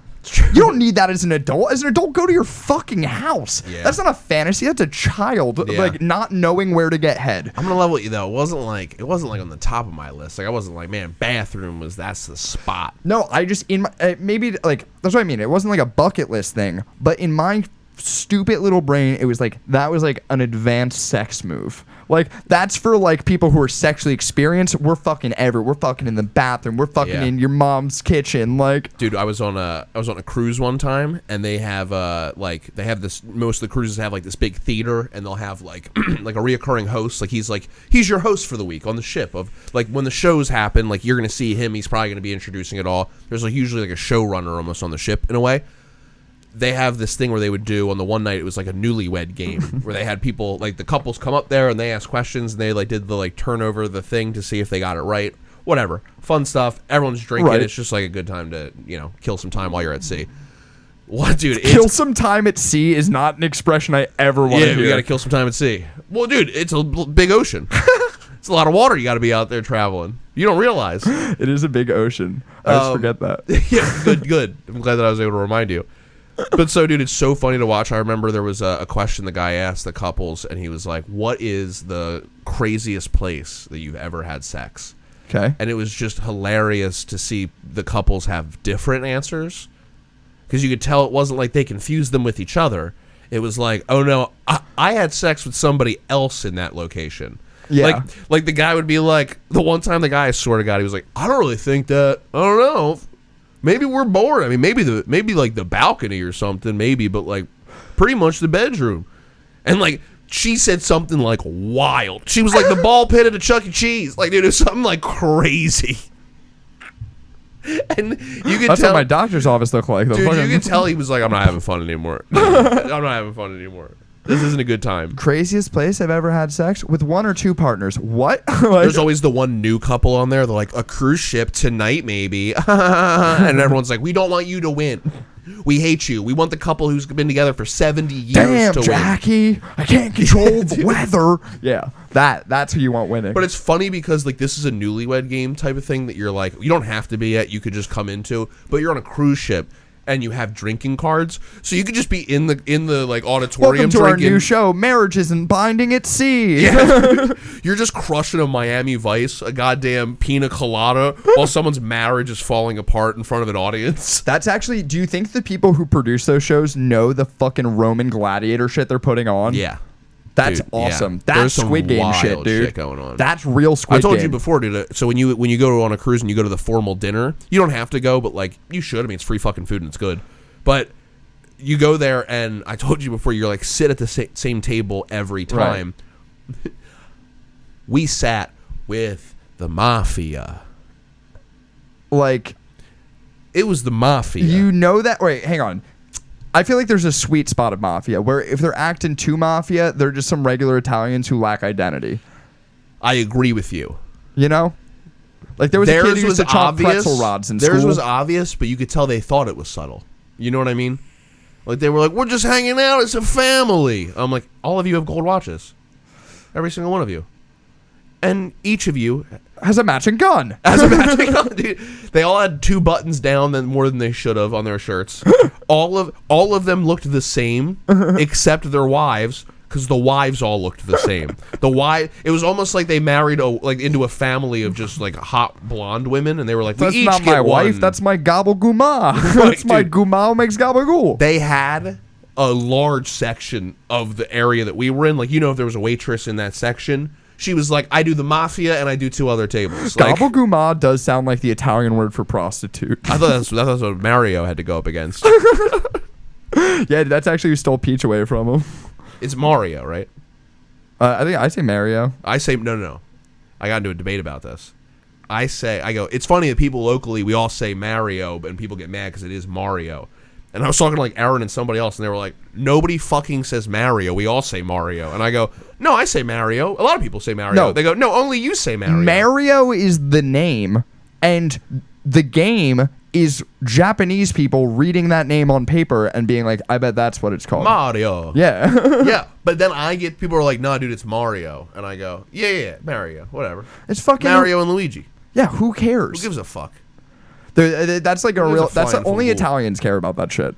You don't need that as an adult. As an adult, go to your fucking house.
Yeah.
That's not a fantasy. That's a child
Yeah.
like not knowing where to get head.
I'm gonna level with you though. It wasn't like it wasn't like on the top of my list. Like I wasn't like, man, bathroom was that's the spot.
No, I just in my uh, maybe like that's what I mean. It wasn't like a bucket list thing, but in my stupid little brain, it was like that was like an advanced sex move. Like that's for like people who are sexually experienced. We're fucking ever. We're fucking in the bathroom. We're fucking
Yeah.
in your mom's kitchen. Like
Dude, I was on a I was on a cruise one time, and they have uh like they have this most of the cruises have like this big theater, and they'll have like like a reoccurring host, like he's like he's your host for the week on the ship of like when the shows happen, like you're gonna see him, he's probably gonna be introducing it all. There's like usually like a showrunner almost on the ship in a way. They have this thing where they would do on the one night it was like a newlywed game where they had people like the couples come up there and they ask questions and they like did the like turn over the thing to see if they got it right. Whatever, fun stuff. Everyone's drinking.
Right.
It's just like a good time to you know kill some time while you're at sea. What, dude? It's,
kill some time at sea is not an expression I ever want to
yeah,
hear.
we gotta kill some time at sea. Well, dude, it's a bl- big ocean. it's a lot of water. You gotta be out there traveling. You don't realize.
it is a big ocean. I just
Um,
forget that.
yeah, good, good. I'm glad that I was able to remind you. But so, dude, it's so funny to watch. I remember there was a, a question the guy asked the couples, and he was like, "What is the craziest place that you've ever had sex?"
Okay.
and it was just hilarious to see the couples have different answers because you could tell it wasn't like they confused them with each other it was like oh no i, I had sex with somebody else in that location
Yeah.
like like the guy would be like the one time the guy I swear to god he was like i don't really think that i don't know maybe we're bored i mean maybe the maybe like the balcony or something maybe but like pretty much the bedroom and like she said something like wild. She was like the ball pit at a Chuck E. Cheese. Like dude, it was something like crazy. And you could
That's
tell
what my doctor's office looked like. The
dude, you
fucking-
could tell he was like, I'm not having fun anymore. I'm not having fun anymore. This isn't a good time.
craziest place I've ever had sex with one or two partners. What? like,
There's always the one new couple on there. They're like a cruise ship tonight, maybe, and everyone's like, "We don't want you to win. We hate you. We want the couple who's been together for 70 years
damn,
to win."
Jackie, I can't control the weather. Yeah, that that's who you want winning.
But it's funny because like this is a newlywed game type of thing that you're like you don't have to be at. You could just come into, but you're on a cruise ship and you have drinking cards, so you could just be in the in the like auditorium
Welcome to
drinking.
our new show, Marriage Isn't Binding at Sea.
You're just crushing a Miami Vice, a goddamn pina colada, while someone's marriage is falling apart in front of an audience.
That's actually. Do you think the people who produce those shows know the fucking Roman gladiator shit they're putting on? that's
Dude, yeah.
awesome.
There's
That's
some
Squid Game shit,
wild
dude.
shit going on.
That's real Squid
I told
Game.
you before, dude. uh, So when you when you go on a cruise and you go to the formal dinner, you don't have to go, but like you should. I mean, it's free fucking food and it's good. But you go there, and I told you before, you're like sit at the sa- same table every time. we sat with the mafia.
Like
It was the mafia.
you know that. Wait, hang on. I feel like there's a sweet spot of mafia where if they're acting too mafia, they're just some regular Italians who lack identity.
I agree with you.
You know, like there was a kid who used to chop pretzel rods in
theirs
school.
was obvious, but you could tell they thought it was subtle. You know what I mean? Like they were like, "We're just hanging out. It's a family." I'm like, "All of you have gold watches, every single one of you, and each of you
has a matching gun.
as a matching dude, they all had two buttons down than more than they should have on their shirts. all of all of them looked the same except their wives because the wives all looked the same. The wife it was almost like they married a, like into a family of just like hot blonde women and they were like we
That's
each
not
get
my wife.
one."
That's my gobble guma. That's my
dude.
guma who makes gobble goo.
they had a large section of the area that we were in like you know if there was a waitress in that section she was like I do the mafia and I do two other tables. Like,
Gobble guma does sound like the Italian word for prostitute.
I thought that's, that was what Mario had to go up against.
yeah, that's actually who stole Peach away from him.
It's Mario, right?
Uh, I think I say Mario.
I say no, no, no. I got into a debate about this. I say I go. It's funny that people locally we all say Mario, but and people get mad because it is Mario. And I was talking to like Aaron and somebody else, and they were like, "Nobody fucking says Mario. We all say Mario." And I go, "No, I say Mario. A lot of people say Mario."
No.
They go, "No, only you say Mario."
Mario is the name, and the game is Japanese people reading that name on paper and being like, "I bet that's what it's called."
Mario.
Yeah,
yeah. But then I get people are like, "No, dude, it's Mario," and I go, "Yeah, yeah, yeah, Mario, whatever."
it's fucking
Mario and Luigi.
Yeah, who
Who
cares?
gives a fuck?
There- uh, that's like a Uh,
gives
real.
a
that's the
flying
only
fool?
Italians care about that shit.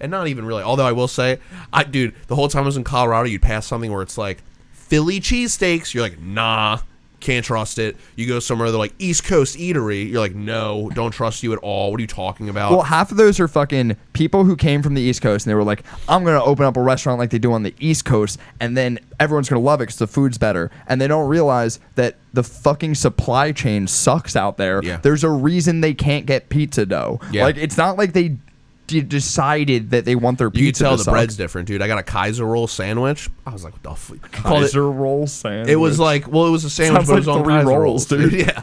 and not even really. Although I will say, I dude, the whole time I was in Colorado, you'd pass something where it's like Philly cheesesteaks. You're like, nah. Can't trust it. You go somewhere, they're like East Coast Eatery. You're like, no, don't trust you at all. What are you talking about?
Well, half of those are fucking people who came from the East Coast and they were like, I'm going to open up a restaurant like they do on the East Coast and then everyone's going to love it because the food's better. And they don't realize that the fucking supply chain sucks out there.
Yeah.
There's a reason they can't get pizza dough.
Yeah.
Like, it's not like they d- decided that they want their
you can
pizza
tell
to
the
suck.
bread's different, dude. I got a Kaiser roll sandwich. I was like, what the fuck? Called it-
Kaiser roll sandwich.
It was like, well, it was a sandwich,
Sounds
but it was
like
on
three
Kaiser
rolls, dude.
yeah,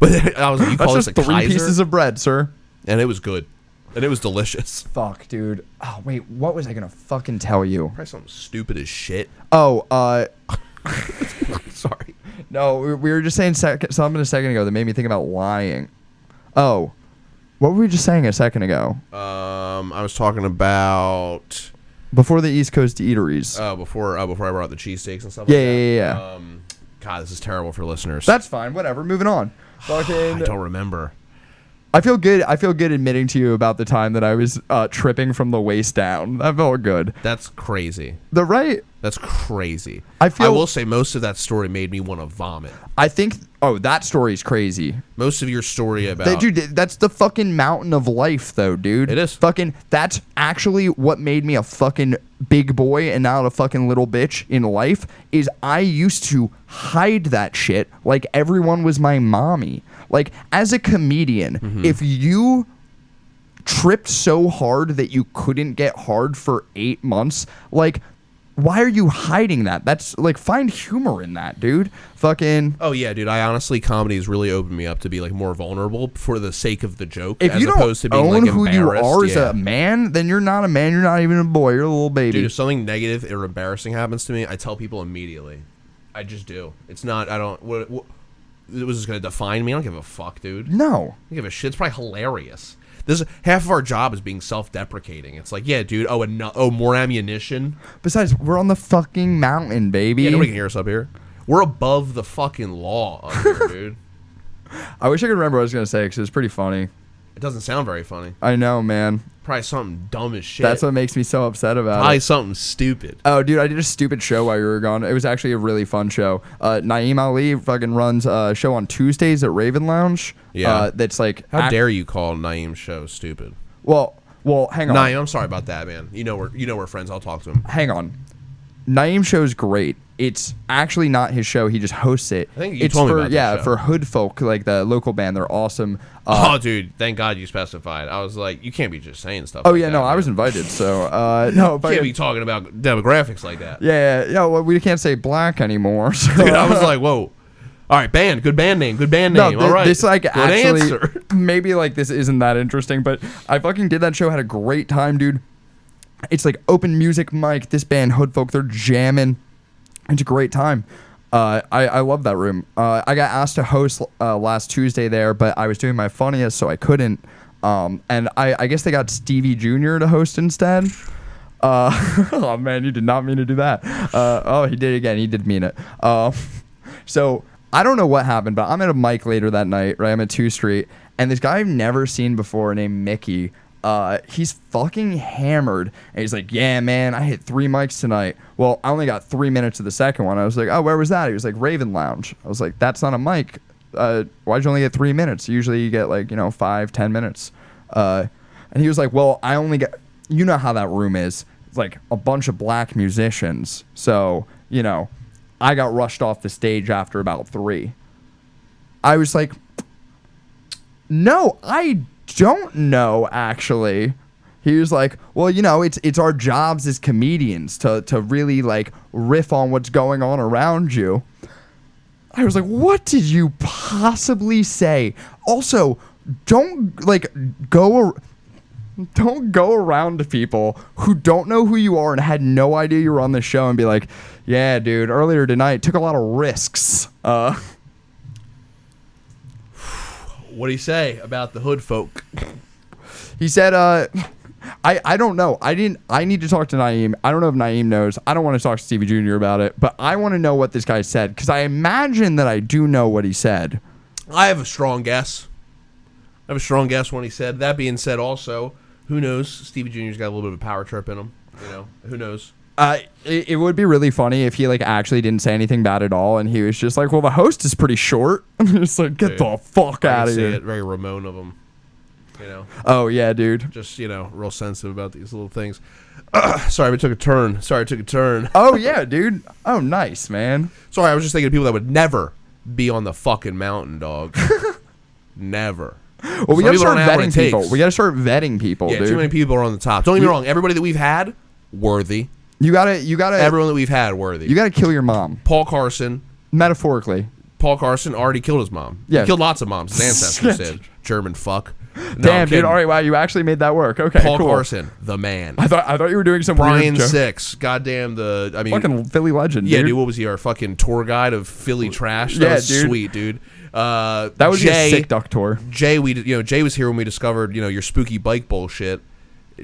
but I was like, you
That's
call
just
this a
three
Kaiser?
pieces of bread, sir.
and it was good, and it was delicious.
Fuck, dude. Oh, wait. What was I going to fucking tell you?
Probably something stupid as shit.
Oh, uh,
Sorry.
No, we we were just saying sec- something a second ago that made me think about lying. Oh, what were we just saying a second ago?
Um, I was talking about
Before the East Coast eateries.
uh, before uh, before I brought the cheesesteaks and stuff.
Yeah,
like
yeah,
that.
yeah, yeah.
Um, God, this is terrible for listeners.
That's fine. Whatever. Moving on.
I
Fucking.
don't remember.
I feel good. I feel good admitting to you about the time that I was uh, tripping from the waist down. That felt good.
That's crazy.
The right.
That's crazy.
I feel-
I will say most of that story made me want to vomit.
I think. Oh, that story's crazy.
Most of your story about
That, dude, that's the fucking mountain of life, though, dude.
It is.
Fucking, that's actually what made me a fucking big boy and not a fucking little bitch in life, is I used to hide that shit like everyone was my mommy. Like, as a comedian,
Mm-hmm.
if you tripped so hard that you couldn't get hard for eight months. Like, why are you hiding that? That's like, find humor in that, dude. Fucking.
Oh yeah, dude. I honestly, comedy has really opened me up to be like more vulnerable for the sake of the joke,
If
as
you
opposed
don't
to being
own
like
who you
embarrassed.
are as
yeah.
a man, then you're not a man. You're not even a boy. You're a little baby.
dude. If something negative or embarrassing happens to me, I tell people immediately. I just do. It's not. I don't. What, what, it was just gonna define me. I don't give a fuck, dude. I
no.
don't give a shit. It's probably hilarious. This half of our job is being self-deprecating. It's like, yeah, dude. Oh, and oh, more ammunition.
Besides, we're on the fucking mountain, baby.
Yeah, nobody can hear us up here. We're above the fucking law up here, dude.
I wish I could remember what I was gonna say because it was pretty funny.
It doesn't sound very funny.
I know, man.
Probably something dumb as shit.
That's what makes me so upset about
Probably
it.
something stupid.
Oh, dude, I did a stupid show while you were gone. It was actually a really fun show. Uh, Naeem Ali fucking runs a show on Tuesdays at Raven Lounge.
Yeah.
Uh, that's like
How
ac-
dare you call Naeem's show stupid?
Well, well, hang on.
Naeem, I'm sorry about that, man. You know we're you know we're friends. I'll talk to him.
hang on. Naeem's show's great. It's actually not his show. He just hosts it.
I think you
it's
told me
for
about that
yeah
show.
for hood folk like the local band. They're awesome. Uh,
oh, dude, thank God you specified. I was like, you can't be just saying stuff.
oh
like
yeah,
that,
no, I
man.
was invited. So uh, no,
You
but
can't be talking about demographics like that.
yeah, yeah, yeah. Well, we can't say black anymore. So.
Dude, I was like, whoa. All right, band. Good band name. Good band
No,
name.
thi-
All right.
this like
good
actually
answer.
maybe like this isn't that interesting, but I fucking did that show, had a great time, dude. It's like open music mic. This band Hood Folk, they're jamming. It's a great time. Uh, I I love that room. Uh, I got asked to host uh, last Tuesday there, but I was doing my funniest, so I couldn't. Um, and I I guess they got Stevie Junior to host instead. Uh, oh man, you did not mean to do that. Uh, oh, he did again. He did mean it. Uh, so I don't know what happened, but I'm at a mic later that night, right? I'm at 2 Street, and this guy I've never seen before named Mickey, uh, he's fucking hammered. And he's like, Yeah, man, I hit three mics tonight. Well, I only got three minutes of the second one. I was like, Oh, where was that? He was like, Raven Lounge. I was like, That's not a mic. Uh, why'd you only get three minutes? Usually you get like, you know, five, ten minutes. Uh, and he was like, Well, I only got, you know how that room is. It's like a bunch of black musicians. So, you know, I got rushed off the stage after about three. I was like, no, I don't know actually. He was like, well, you know, it's it's our jobs as comedians to to really like riff on what's going on around you. I was like, what did you possibly say? Also, don't like go ar- don't go around to people who don't know who you are and had no idea you were on the show and be like, yeah, dude, earlier tonight took a lot of risks. Uh,
What do you say about the hood folk?
he said, uh, I, I don't know. I didn't. I need to talk to Naeem. I don't know if Naeem knows. I don't want to talk to Stevie Jr. about it, but I want to know what this guy said because I imagine that I do know what he said.
I have a strong guess. I have a strong guess when he said. That being said, also, who knows? Stevie Junior's got a little bit of a power trip in him. You know, who knows?
Uh, it, it would be really funny if he like actually didn't say anything bad at all, and he was just like, "Well, the host is pretty short." it's like, get the
Dude,
fuck
I
out
can
of
see
here.
it. Very Ramon of him. You know,
Oh yeah, dude.
just you know, real sensitive about these little things. Sorry, we took a turn. Sorry, I took a turn.
Oh yeah, dude. Oh nice, man.
Sorry, I was just thinking of people that would never be on the fucking mountain, dog. never.
Well, we
Some
gotta
people don't
start
have what it
vetting people.
takes.
We gotta start vetting people,
Yeah,
dude.
too many people are on the top. Don't get me wrong. Everybody that we've had, worthy.
you gotta, you gotta,
Everyone that we've had, worthy.
you gotta kill your mom,
Paul Carson.
metaphorically.
Paul Carson already killed his mom.
Yeah.
He killed lots of moms. His ancestors did. German fuck. No, I'm
Damn, dude.
kidding.
All right, wow, you actually made that work. Okay,
Paul
cool.
Carson, the man.
I thought, I thought you were doing some
Brian
weird joke.
Six. Goddamn the. I mean,
fucking Philly legend.
yeah,
dude.
dude. What was he? Our fucking tour guide of Philly trash. That
Yeah,
was
dude.
sweet, dude. Uh,
That would
Jay,
be a sick duck tour.
Jay, we you know Jay was here when we discovered you know your spooky bike bullshit.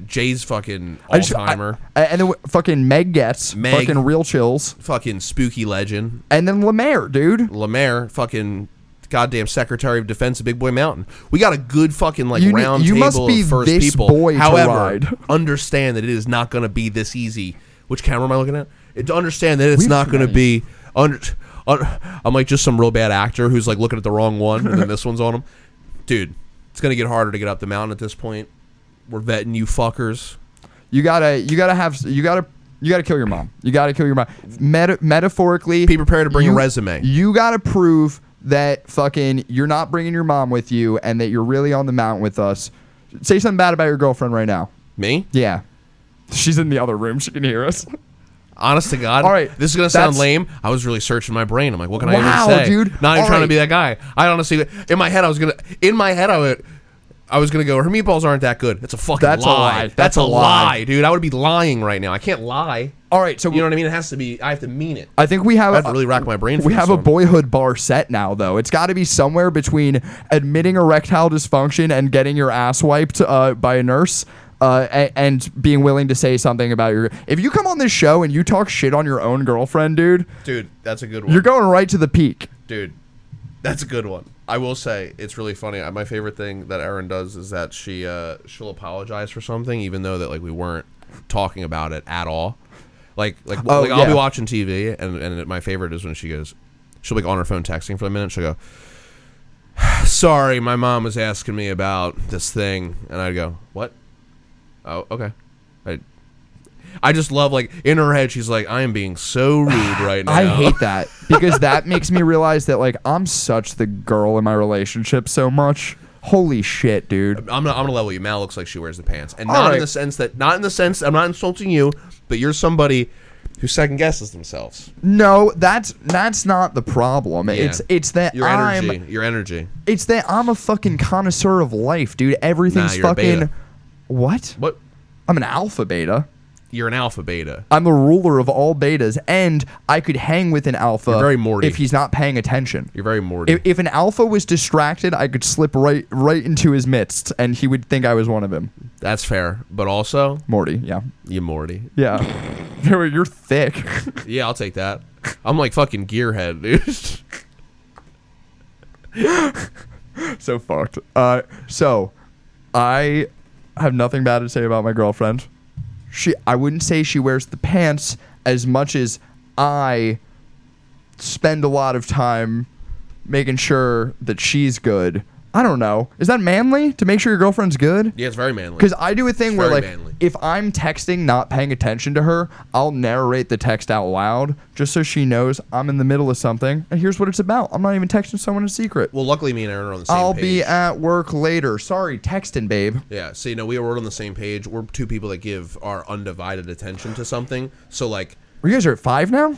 Jay's fucking
I
all
just- I-
timer,
I- and then w- fucking Meg gets
Meg.
fucking real chills,
fucking spooky legend.
and then Lemaire, dude.
Lemaire, fucking goddamn Secretary of Defense of Big Boy Mountain. We got a good fucking like
You ne-
round
you
table
must be
of first
this
people.
boy to
However,
ride.
understand that it is not going to be this easy. Which camera am I looking at? It- To understand that it's
We've
not going to
made-
be under. un- I'm like just some real bad actor who's like looking at the wrong one, and then this one's on him. Dude, it's going to get harder to get up the mountain at this point. We're vetting you fuckers.
You gotta, you gotta have, you gotta, you gotta kill your mom. You gotta kill your mom. Meta- metaphorically,
Be prepared to bring a
you-
resume.
You gotta prove that fucking you're not bringing your mom with you, and that you're really on the mountain with us. Say something bad about your girlfriend right now.
Me?
Yeah, she's in the other room. She can hear us.
Honest to God.
All right,
This is gonna sound
that's-
lame. I was really searching my brain. I'm like, what can I
Wow,
even say?
dude.
Not even
All
trying to
right.
be that guy. I honestly in my head I was gonna in my head I would I was gonna go, her meatballs aren't that good. That's a fucking
That's a lie.
That's,
That's
a
a
lie.
lie.
dude. I would be lying right now. I can't lie.
All right, so
You know what I mean? It has to be I have to mean it.
I think we have.
I'd really rack my brain for
We
this
have a
one.
boyhood bar set now, though. It's got to be somewhere between admitting erectile dysfunction and getting your ass wiped uh, by a nurse. Uh, a- and, being willing to say something about your if you come on this show and you talk shit on your own girlfriend dude
Dude, that's a good one.
you're going right to the peak
dude that's a good one i will say it's really funny I- my favorite thing that erin does is that she uh she'll apologize for something even though that like we weren't talking about it at all like like,
Oh,
like i'll be
yeah.
watching tv and and my favorite is when she goes she'll be like on her phone texting for a minute she'll go sorry my mom was asking me about this thing and i'd go what oh okay i I just love like in her head she's like I am being so rude right now.
i hate that because that makes me realize that like i'm such the girl in my relationship so much holy shit dude
I'm gonna, I'm gonna level you. Mal looks like she wears the pants, and
All
not in
right.
the sense that not in the sense I'm not insulting you, but you're somebody who second guesses themselves.
no that's that's not the problem it's it's that
your
i'm
energy, your energy.
It's that I'm a fucking connoisseur of life, dude. Everything's
Nah, you're a
fucking.
beta.
What?
What?
I'm an alpha beta.
You're an alpha beta.
I'm the ruler of all betas, and I could hang with an alpha
You're very Morty.
if he's not paying attention.
You're very Morty.
If, if an alpha was distracted, I could slip right right into his midst, and he would think I was one of him.
That's fair, but also
Morty, yeah,
you Morty.
yeah. You're you're thick.
Yeah, I'll take that. I'm like fucking gearhead, dude.
so fucked. Uh, so I have nothing bad to say about my girlfriend. She, I wouldn't say she wears the pants as much as I spend a lot of time making sure that she's good. I don't know. Is that manly to make sure your girlfriend's good?
yeah, it's very manly.
Because I do a thing
It's
where,
very
like,
manly.
if I'm texting, not paying attention to her, I'll narrate the text out loud just so she knows I'm in the middle of something and here's what it's about. I'm not even texting someone in secret.
well, luckily me and Aaron are on the same
I'll
page.
be at work later. Sorry, texting, babe.
Yeah, so you know we were on the same page. We're two people that give our undivided attention to something. So like,
You guys are at five now?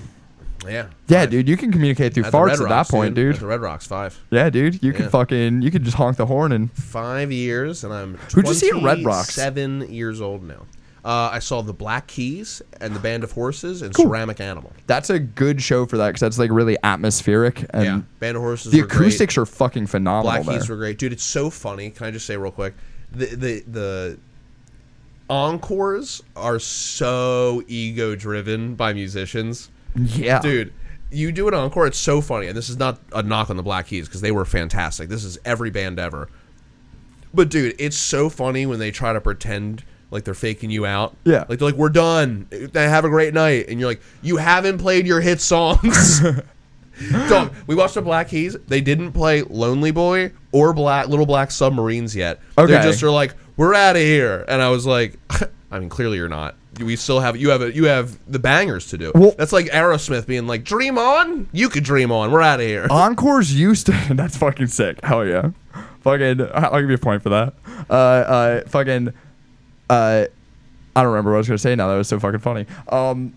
yeah,
Yeah, dude, you can communicate through
At the
farts
Red
at that
Rocks,
point, dude.
At the Red Rocks five.
Yeah, dude, you can
Yeah.
fucking you can just honk the horn and
five years, and I'm
Who'd you see at Red Rocks?
Seven years old now. Uh, I saw the Black Keys and the Band of Horses and Ceramic Animal.
that's a good show for that because that's like really atmospheric and
yeah, Band of Horses.
the
were great.
acoustics are fucking
Black
phenomenal
Keys
there.
were great, dude. It's so funny. Can I just say real quick? The the the encores are so ego driven by musicians.
yeah,
dude you do an encore it's so funny and this is not a knock on the black keys because they were fantastic this is every band ever but dude it's so funny when they try to pretend like they're faking you out.
Yeah.
Like they're like, we're done. Have a great night. And you're like, you haven't played your hit songs. Dog, we watched the Black Keys. They didn't play Lonely Boy or Black Little Black Submarines yet. They
Okay.
just are like, we're out of here. And I was like, I mean, clearly you're not. We still have you have a, you have the bangers to do.
Well-
That's like Aerosmith being like, "Dream on, you could dream on. We're out of here."
Oh, Encore's used to. That's fucking sick. Hell yeah. Fucking. I'll I'll give you a point for that. Uh, uh, fucking. Uh, I don't remember what I was gonna say now. That was so fucking funny. Um,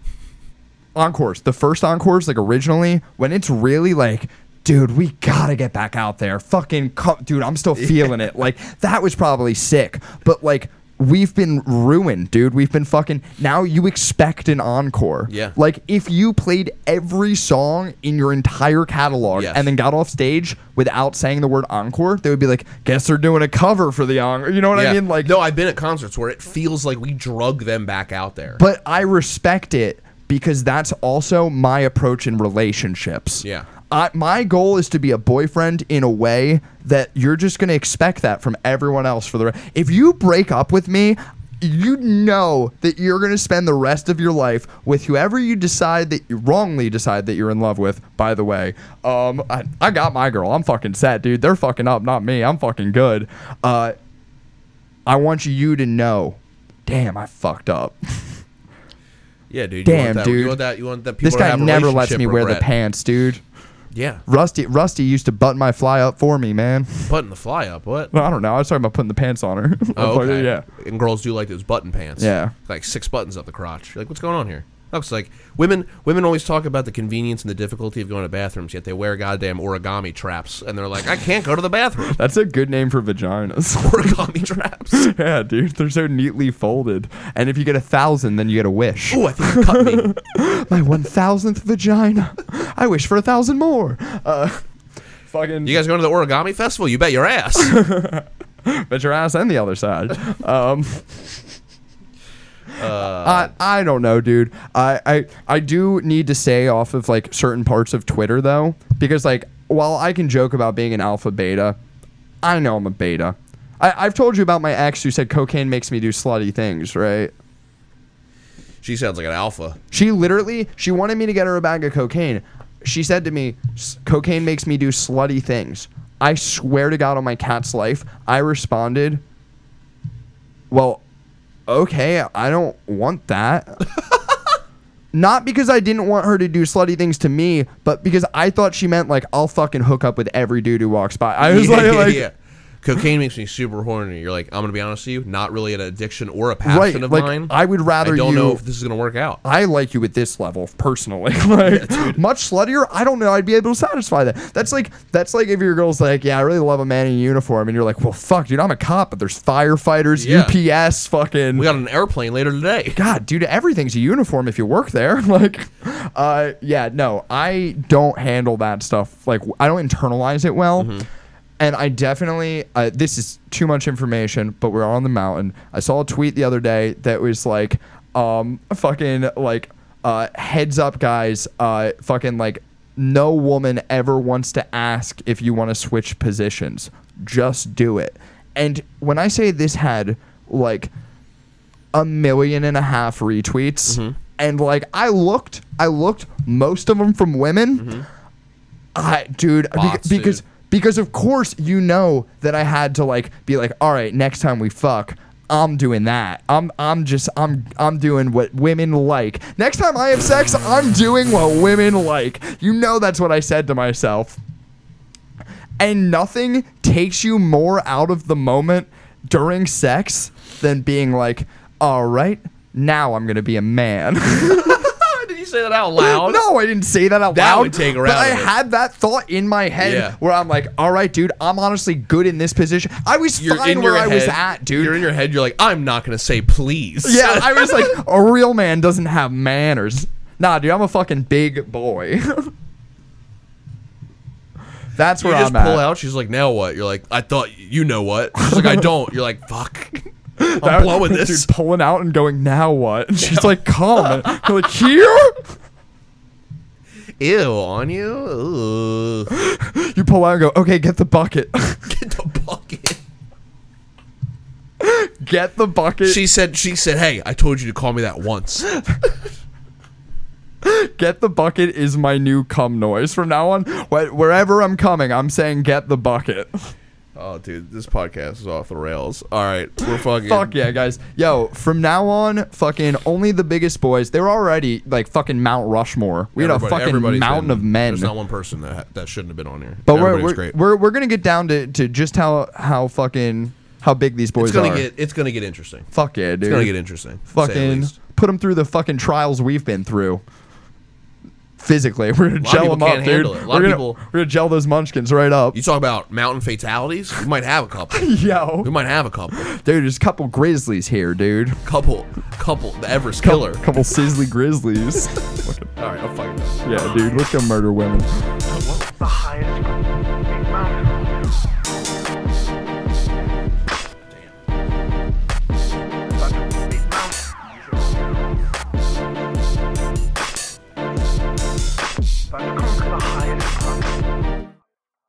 encores. The first encores, like originally, when it's really like, dude, we gotta get back out there. Fucking, co- dude, I'm still feeling it. Like that was probably sick, but like. We've been ruined, dude. We've been fucking. Now you expect an encore.
Yeah.
Like, if you played every song in your entire catalog
Yes.
and then got off stage without saying the word encore, they would be like, guess they're doing a cover for the encore. You know what I
Yeah.
mean? Like,
no, I've been at concerts where it feels like we drug them back out there.
but I respect it because that's also my approach in relationships.
Yeah.
I, my goal is to be a boyfriend in a way that you're just going to expect that from everyone else for the re- if you break up with me you know that you're going to spend the rest of your life with whoever you decide that you wrongly decide that you're in love with by the way um i, I got my girl i'm fucking set dude they're fucking up not me i'm fucking good uh i want you to know damn i fucked up
yeah, dude. you want
Damn,
that, You
dude.
want that? You want that? People
this
to
guy
have
never lets me
relationship
wear the
regret.
pants dude
Yeah,
Rusty Rusty used to button my fly up for me, man.
button the fly up. What?
I don't know. I was talking about putting the pants on her.
Oh, okay.
Yeah.
And girls do like those button pants.
Yeah.
Like six buttons up the crotch. You're like, what's going on here? Looks like women. Women always talk about the convenience and the difficulty of going to bathrooms, yet they wear goddamn origami traps, and they're like, I can't go to the bathroom.
That's a good name for vaginas.
origami traps.
yeah, dude. They're so neatly folded. And if you get a thousand, then you get a wish.
Oh, I think it cut me.
My one thousandth vagina. I wish for a thousand more. Uh, fucking.
You guys going to the origami festival? You bet your ass. Uh,
bet your ass and the other side. Um, I I don't know, dude. I, I I do need to say off of like certain parts of Twitter though, because like while I can joke about being an alpha beta, I know I'm a beta. I, I've told you about my ex who said cocaine makes me do slutty things, right?
She sounds like an alpha.
She literally she wanted me to get her a bag of cocaine. She said to me, "S- "Cocaine makes me do slutty things." I swear to God on my cat's life, I responded, "Well, okay, I don't want that." Not because I didn't want her to do slutty things to me, but because I thought she meant like I'll fucking hook up with every dude who walks by. I was
Yeah,
like,
yeah,
like
yeah. Cocaine makes me super horny. You're like, I'm gonna be honest with you, not really an addiction or a passion
right,
of
like
mine.
I would rather
I don't
you
know if this is gonna work out.
I like you at this level personally. like much sluttier, I don't know I'd be able to satisfy that. That's like that's like if your girl's like, yeah, I really love a man in uniform, and you're like, well, fuck, dude, I'm a cop, but there's firefighters,
Yeah.
UPS, fucking.
We got an airplane later today.
God, dude, everything's a uniform if you work there. like, uh, yeah, no, I don't handle that stuff. Like, I don't internalize it well. And I definitely, uh, this is too much information, but we're on the mountain. I saw a tweet the other day that was like, um, fucking, like, uh, heads up, guys, uh, fucking, like, no woman ever wants to ask if you want to switch positions. Just do it. And when I say this had, like, a million and a half retweets
Mm-hmm.
and like i looked i looked most of them from women i dude beca-
Mm-hmm. Bots, dude.
because because of course you know that i had to like be like all right next time we fuck I'm doing that. I'm I'm just I'm I'm doing what women like. Next time I have sex, I'm doing what women like. You know that's what I said to myself and nothing takes you more out of the moment during sex than being like, all right, now I'm gonna be a man.
Did you say that out loud?
no, I didn't say that out
That
loud.
would take her
but
out
I
of it.
had that thought in my head
Yeah.
where I'm like, all right, dude, I'm honestly good in this position. I was
You're
fine
in
where
your
I was
head-
at, dude.
You're in your head. You're like, I'm not gonna say please.
yeah, I was like, a real man doesn't have manners. Nah, dude, I'm a fucking big boy. That's
you
where
just
I'm at.
pull out. She's like, now what? You're like, I thought you know what. She's like, I don't. You're like, fuck. I'm
That-
blowing this.
Dude, pulling out and going, now what? And she's like, come. And I'm like, here?
Ew on you. Ooh.
You pull out and go, okay, get the bucket.
Get the bucket.
get the bucket,
She said, "She said, hey, I told you to call me that once."
get the bucket is my new cum noise from now on. Wh- wherever I'm coming, I'm saying get the bucket.
Oh, dude, this podcast is off the rails. All right, we're fucking.
Fuck yeah, guys. Yo, from now on, fucking only the biggest boys. They're already like fucking Mount Rushmore. We had a
Everybody-
fucking
everybody's
mountain
been-
of men.
There's not one person that that shouldn't have been on here.
But we're
Everybody's
we're,
great.
we're we're gonna get down to, to just how how fucking how big these boys
it's gonna
are.
get it's gonna get interesting.
Fuck yeah, dude.
It's gonna get interesting. to say the
fucking
least.
put them through the fucking trials we've been through. Physically, we're gonna
lot of
gel
people
them up,
can't
dude.
handle
We're
it. A lot
gonna,
of people-
we're gonna gel those munchkins right up.
You talk about mountain fatalities. We might have a couple. We
Yo,
might have a couple.
dude, there's a couple grizzlies here, dude.
Couple. Couple. The Everest killer.
couple sizzly grizzlies.
All right, I'm fucking done.
yeah, dude, let's go murder women.
Whoa.